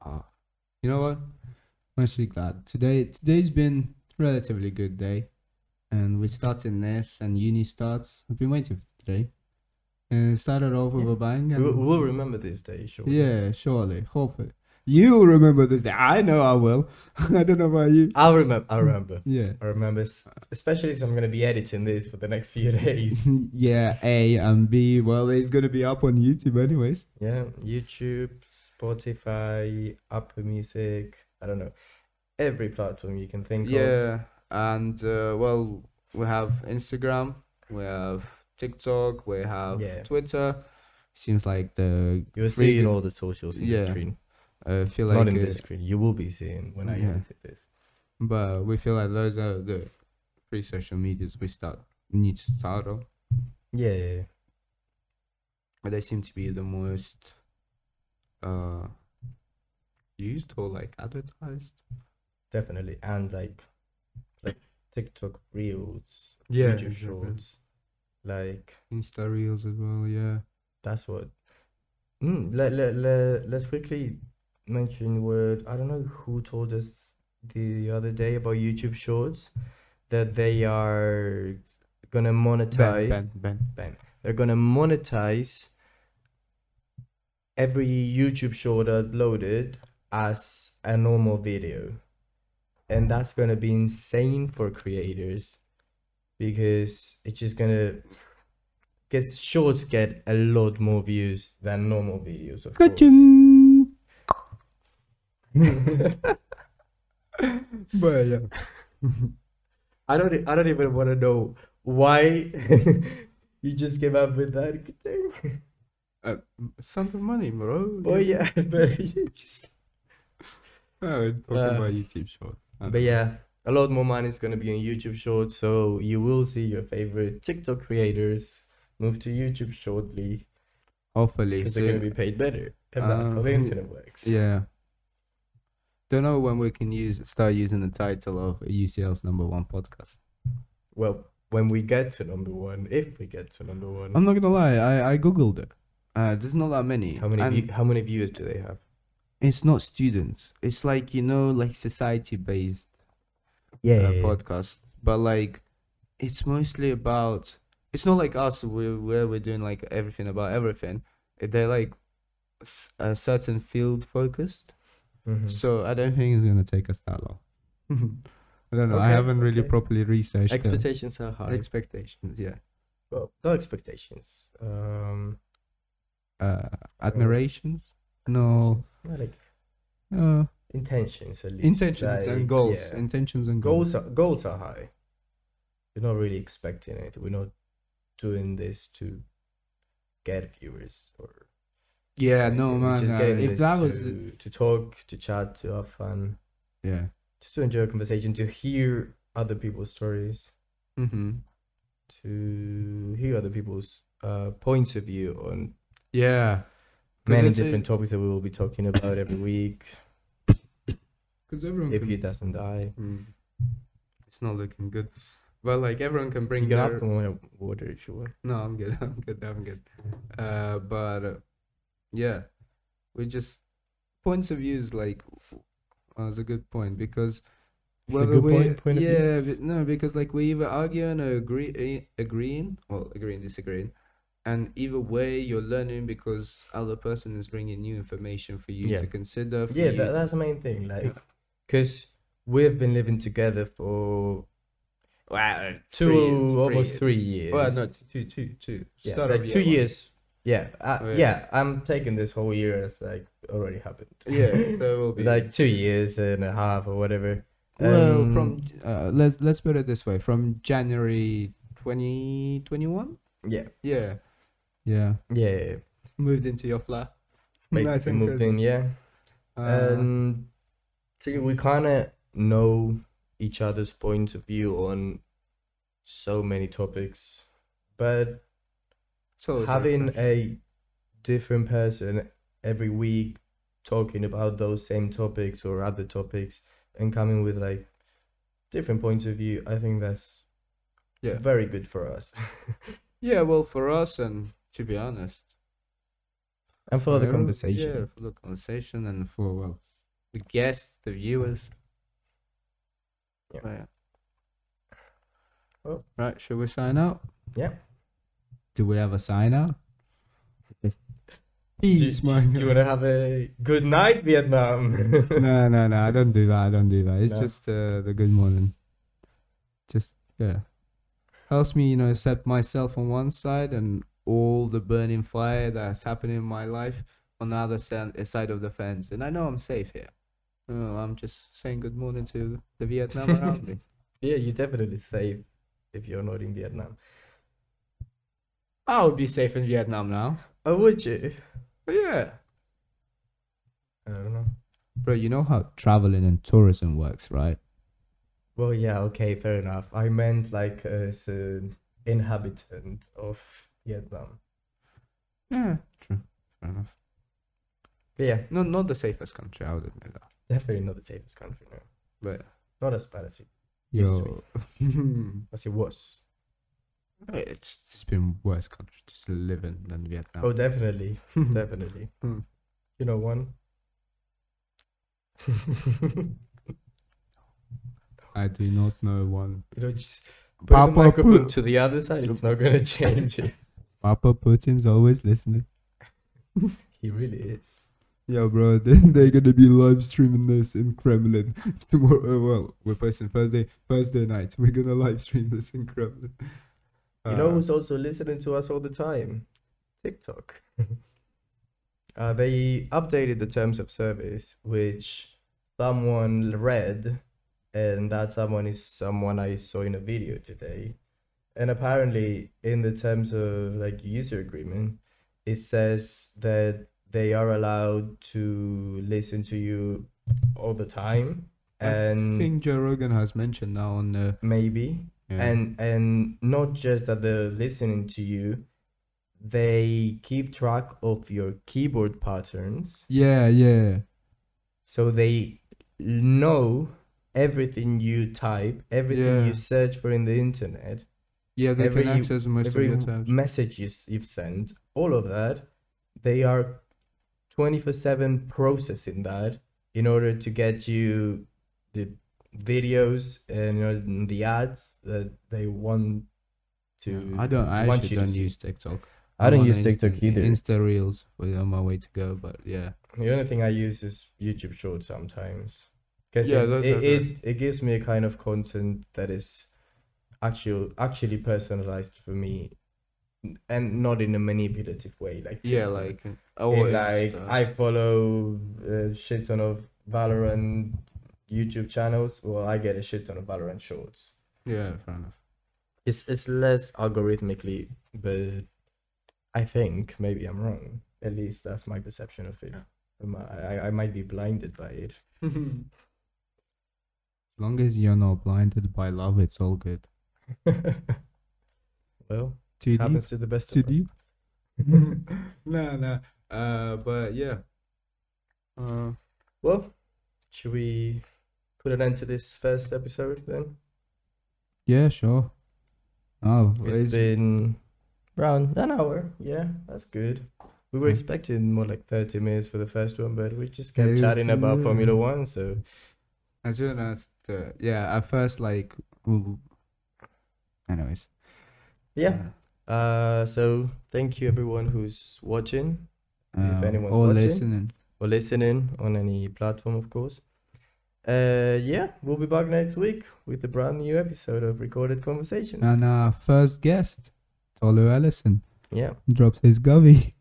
Speaker 1: Ah, you know what? I'm actually glad today. Today's been relatively good day, and we're starting this, and uni starts. I've been waiting for today, and it started off with
Speaker 2: Yeah.
Speaker 1: a bang. And
Speaker 2: we'll, we'll remember this day sure
Speaker 1: yeah, surely, hopefully, you will remember this day. I know I will. I don't know about you.
Speaker 2: i'll remember i remember
Speaker 1: Yeah,
Speaker 2: i remember s- especially since i'm going to be editing this for the next few days
Speaker 1: yeah. A and B. Well, it's gonna be up on YouTube anyways.
Speaker 2: yeah youtube spotify apple music i don't know every platform you can think of
Speaker 1: Yeah, and uh, well, we have Instagram, we have TikTok, we have
Speaker 2: Yeah.
Speaker 1: Twitter. Seems like the
Speaker 2: You'll
Speaker 1: three
Speaker 2: see
Speaker 1: good-
Speaker 2: all the socials in
Speaker 1: Yeah,
Speaker 2: the screen.
Speaker 1: uh, feel like
Speaker 2: Not in
Speaker 1: uh,
Speaker 2: the screen. You will be seeing when I
Speaker 1: yeah.
Speaker 2: edit this.
Speaker 1: but we feel like those are the three social medias we start need to start on.
Speaker 2: Yeah, yeah, yeah.
Speaker 1: But They seem to be the most uh used or like advertised.
Speaker 2: definitely. And like, like TikTok Reels,
Speaker 1: Yeah,
Speaker 2: YouTube
Speaker 1: sure, yeah.
Speaker 2: Shorts, like
Speaker 1: Insta reels as well. Yeah.
Speaker 2: that's what. Mm, let let let let's quickly mention word. I don't know who told us the other day about YouTube Shorts that they are gonna monetize.
Speaker 1: Ben, ben, ben.
Speaker 2: They're gonna monetize every YouTube short uploaded as a normal video. And that's gonna be insane for creators because it's just gonna because shorts get a lot more views than normal videos, of course.
Speaker 1: Ka-ching! but yeah.
Speaker 2: I don't e- I don't even wanna know why you just came up with that thing.
Speaker 1: Uh, m- some of money, bro.
Speaker 2: Oh yeah, but you just
Speaker 1: Oh, talking
Speaker 2: Uh,
Speaker 1: about YouTube shorts. I
Speaker 2: But
Speaker 1: don't-
Speaker 2: yeah, a lot more money is going to be on YouTube Shorts, so you will see your favorite TikTok creators move to YouTube shortly
Speaker 1: hopefully.
Speaker 2: because they're going
Speaker 1: soon.
Speaker 2: to be paid better. And that's how
Speaker 1: Um,
Speaker 2: the internet works.
Speaker 1: Yeah. Don't know when we can use start using the title of UCL's number one podcast.
Speaker 2: Well, when we get to number one, if we get to number one,
Speaker 1: I'm not gonna lie, I, I googled it. Uh, there's not that many.
Speaker 2: how many
Speaker 1: and
Speaker 2: view- how many views do they have?
Speaker 1: It's not students. It's like you know, like society based
Speaker 2: Yeah,
Speaker 1: uh, podcast, but like it's mostly about. It's not like us where where we're doing like everything about everything. Eh, They're like s- a certain field focused.
Speaker 2: Mm-hmm. Mm.
Speaker 1: So I don't think it's gonna take us that long. I don't know. I
Speaker 2: Okay,
Speaker 1: haven't really
Speaker 2: okay.
Speaker 1: properly researched uh,
Speaker 2: Expectations are high.
Speaker 1: expectations. Yeah.
Speaker 2: well, no expectations. Um,
Speaker 1: Uh, admirations. No.
Speaker 2: not like
Speaker 1: Uh,
Speaker 2: intentions at least.
Speaker 1: intentions and
Speaker 2: like,
Speaker 1: goals.
Speaker 2: yeah.
Speaker 1: Intentions and goals.
Speaker 2: goals are goals are high. We're not really expecting it. We're not doing this to get viewers or
Speaker 1: Yeah. No,
Speaker 2: we're
Speaker 1: man.
Speaker 2: Just
Speaker 1: uh,
Speaker 2: getting
Speaker 1: if
Speaker 2: this
Speaker 1: that was the-
Speaker 2: to, to talk, to chat, to have fun,
Speaker 1: yeah.
Speaker 2: just to enjoy a conversation, to hear other people's stories,
Speaker 1: Mm-hmm.
Speaker 2: to hear other people's uh, points of view on
Speaker 1: Yeah.
Speaker 2: many different topics that we will be talking about every week.
Speaker 1: Because everyone.
Speaker 2: If
Speaker 1: can-
Speaker 2: he doesn't die,
Speaker 1: Mm. It's not looking good. But like everyone can
Speaker 2: you
Speaker 1: bring
Speaker 2: can
Speaker 1: their...
Speaker 2: have some water if you want.
Speaker 1: No, I'm good. I'm good. I'm good. Uh, but uh, yeah, we just points of views like was a good point because
Speaker 2: It's a good
Speaker 1: we
Speaker 2: point- point of view?
Speaker 1: yeah but no because like we either arguing or agree eh, agreeing well agreeing disagreeing, and either way you're learning because other person is bringing new information for you
Speaker 2: Yeah.
Speaker 1: to consider for
Speaker 2: yeah
Speaker 1: you
Speaker 2: that,
Speaker 1: to-
Speaker 2: that's the main thing like because we've been living together for
Speaker 1: well,
Speaker 2: two
Speaker 1: three years,
Speaker 2: almost
Speaker 1: years.
Speaker 2: three years
Speaker 1: well no t- two two two
Speaker 2: yeah,
Speaker 1: Start
Speaker 2: like
Speaker 1: of
Speaker 2: two
Speaker 1: year one.
Speaker 2: years yeah, uh,
Speaker 1: Oh, yeah.
Speaker 2: yeah i'm taking this whole year as like already happened
Speaker 1: yeah so will be
Speaker 2: like two years and a half or whatever
Speaker 1: well
Speaker 2: Um,
Speaker 1: from uh, let's let's put it this way from january 2021
Speaker 2: yeah
Speaker 1: yeah yeah
Speaker 2: yeah, yeah, yeah.
Speaker 1: moved into your flat
Speaker 2: basically
Speaker 1: and
Speaker 2: moved
Speaker 1: cozy.
Speaker 2: in yeah
Speaker 1: Uh,
Speaker 2: and see we kind of know each other's point of view on so many topics but
Speaker 1: so it's
Speaker 2: having
Speaker 1: refreshing.
Speaker 2: a different person every week talking about those same topics or other topics and coming with like different points of view i think that's
Speaker 1: Yeah.
Speaker 2: very good for us
Speaker 1: yeah well for us and to be honest
Speaker 2: and for the
Speaker 1: Yeah,
Speaker 2: conversation
Speaker 1: Yeah, for the conversation and for well, the guests, the viewers.
Speaker 2: Yeah.
Speaker 1: Right.
Speaker 2: Well.
Speaker 1: right, should we sign out?
Speaker 2: Yeah.
Speaker 1: Do we have a sign out?
Speaker 2: Do-
Speaker 1: Peace, my
Speaker 2: do you want to have a good night vietnam
Speaker 1: no, no, no, I don't do that. I don't do that. It's
Speaker 2: No.
Speaker 1: just uh, the good morning. Just, yeah. Helps me, you know, accept myself on one side and all the burning fire that's happening in my life on the other san- side of the fence. And I know I'm safe here. No, I'm just saying good morning to the Vietnam around me.
Speaker 2: yeah you're definitely safe if you're not in vietnam
Speaker 1: I would be safe in Vietnam now.
Speaker 2: oh would you
Speaker 1: But yeah.
Speaker 2: i don't know
Speaker 1: Bro, you know how traveling and tourism works, right?
Speaker 2: Well, yeah, okay, fair enough. I meant like as an inhabitant of Vietnam.
Speaker 1: Yeah, true. Fair enough.
Speaker 2: But yeah,
Speaker 1: No, not the safest country, I would admit that.
Speaker 2: definitely not the safest country, no.
Speaker 1: But
Speaker 2: Not as bad as it,
Speaker 1: yo,
Speaker 2: as it was.
Speaker 1: It's, it's been worse country to live in than Vietnam.
Speaker 2: Oh, definitely, definitely.
Speaker 1: Hmm.
Speaker 2: You know one? you
Speaker 1: I do not know one.
Speaker 2: know, just put
Speaker 1: Papa
Speaker 2: the microphone
Speaker 1: Pu-
Speaker 2: to the other side. It's not gonna change it.
Speaker 1: Papa Putin's always listening.
Speaker 2: He really is.
Speaker 1: Yeah, bro, then they're gonna be live streaming this in Kremlin tomorrow. Oh, Well, we're posting Thursday, Thursday night. We're gonna live stream this in Kremlin.
Speaker 2: You know
Speaker 1: Uh,
Speaker 2: who's also listening to us all the time? TikTok. uh, they updated the terms of service, which someone read, and that someone is someone I saw in a video today. And apparently, in the terms of like user agreement, it says that they are allowed to listen to you all the time,
Speaker 1: Uh, I
Speaker 2: and
Speaker 1: think Joe Rogan has mentioned now on the
Speaker 2: maybe and and not just that they're listening to you they keep track of your keyboard patterns
Speaker 1: yeah, yeah,
Speaker 2: so they know everything you type everything
Speaker 1: Yeah.
Speaker 2: you search for in the internet
Speaker 1: yeah. They
Speaker 2: Every-
Speaker 1: can access most of
Speaker 2: every
Speaker 1: your tabs.
Speaker 2: message you, s- you've sent all of that they are 24 7 processing that in order to get you the videos and you know, the ads that they want to
Speaker 1: I don't. I
Speaker 2: want
Speaker 1: actually
Speaker 2: you to
Speaker 1: don't
Speaker 2: see.
Speaker 1: use TikTok.
Speaker 2: I
Speaker 1: I'm
Speaker 2: don't
Speaker 1: on
Speaker 2: use
Speaker 1: Insta-
Speaker 2: TikTok either.
Speaker 1: Insta Reels were on my way to go, but yeah.
Speaker 2: The only thing I use is YouTube Shorts sometimes. Because
Speaker 1: Yeah,
Speaker 2: it,
Speaker 1: those
Speaker 2: it,
Speaker 1: are
Speaker 2: it,
Speaker 1: good.
Speaker 2: it gives me a kind of content that is actual actually personalized for me and not in a manipulative way. Like for
Speaker 1: Yeah,
Speaker 2: example,
Speaker 1: like
Speaker 2: in,
Speaker 1: oh,
Speaker 2: like I follow a shit ton of Valorant YouTube channels, or I get a shit ton of Valorant shorts.
Speaker 1: yeah, fair enough.
Speaker 2: It's it's less algorithmically, but I think maybe I'm wrong. At least that's my perception of it.
Speaker 1: Yeah.
Speaker 2: Um, I, I- I might be blinded by it.
Speaker 1: as long as you're not blinded by love, it's all good.
Speaker 2: well,
Speaker 1: Too
Speaker 2: happens to the best
Speaker 1: Too
Speaker 2: of us.
Speaker 1: deep? no, no. Uh, but yeah. Uh,
Speaker 2: well, should we put an end to this first episode then?
Speaker 1: yeah, sure. Oh,
Speaker 2: It's
Speaker 1: it's-
Speaker 2: been around an hour. Yeah, that's good. We were
Speaker 1: Mm.
Speaker 2: expecting more like 30 minutes for the first one, but we just kept
Speaker 1: Yes,
Speaker 2: chatting about
Speaker 1: yeah.
Speaker 2: Formula One. So,
Speaker 1: as soon as the yeah, at first like, w- w- anyways.
Speaker 2: yeah,
Speaker 1: uh,
Speaker 2: Uh, so thank you everyone who's watching If
Speaker 1: uh,
Speaker 2: anyone's
Speaker 1: or
Speaker 2: watching.
Speaker 1: listening.
Speaker 2: or listening on any platform, of course. Uh, yeah, we'll be back next week with a brand new episode of Recorded Conversations.
Speaker 1: And our first guest, Tolu Ellison,
Speaker 2: yeah.
Speaker 1: drops his govy.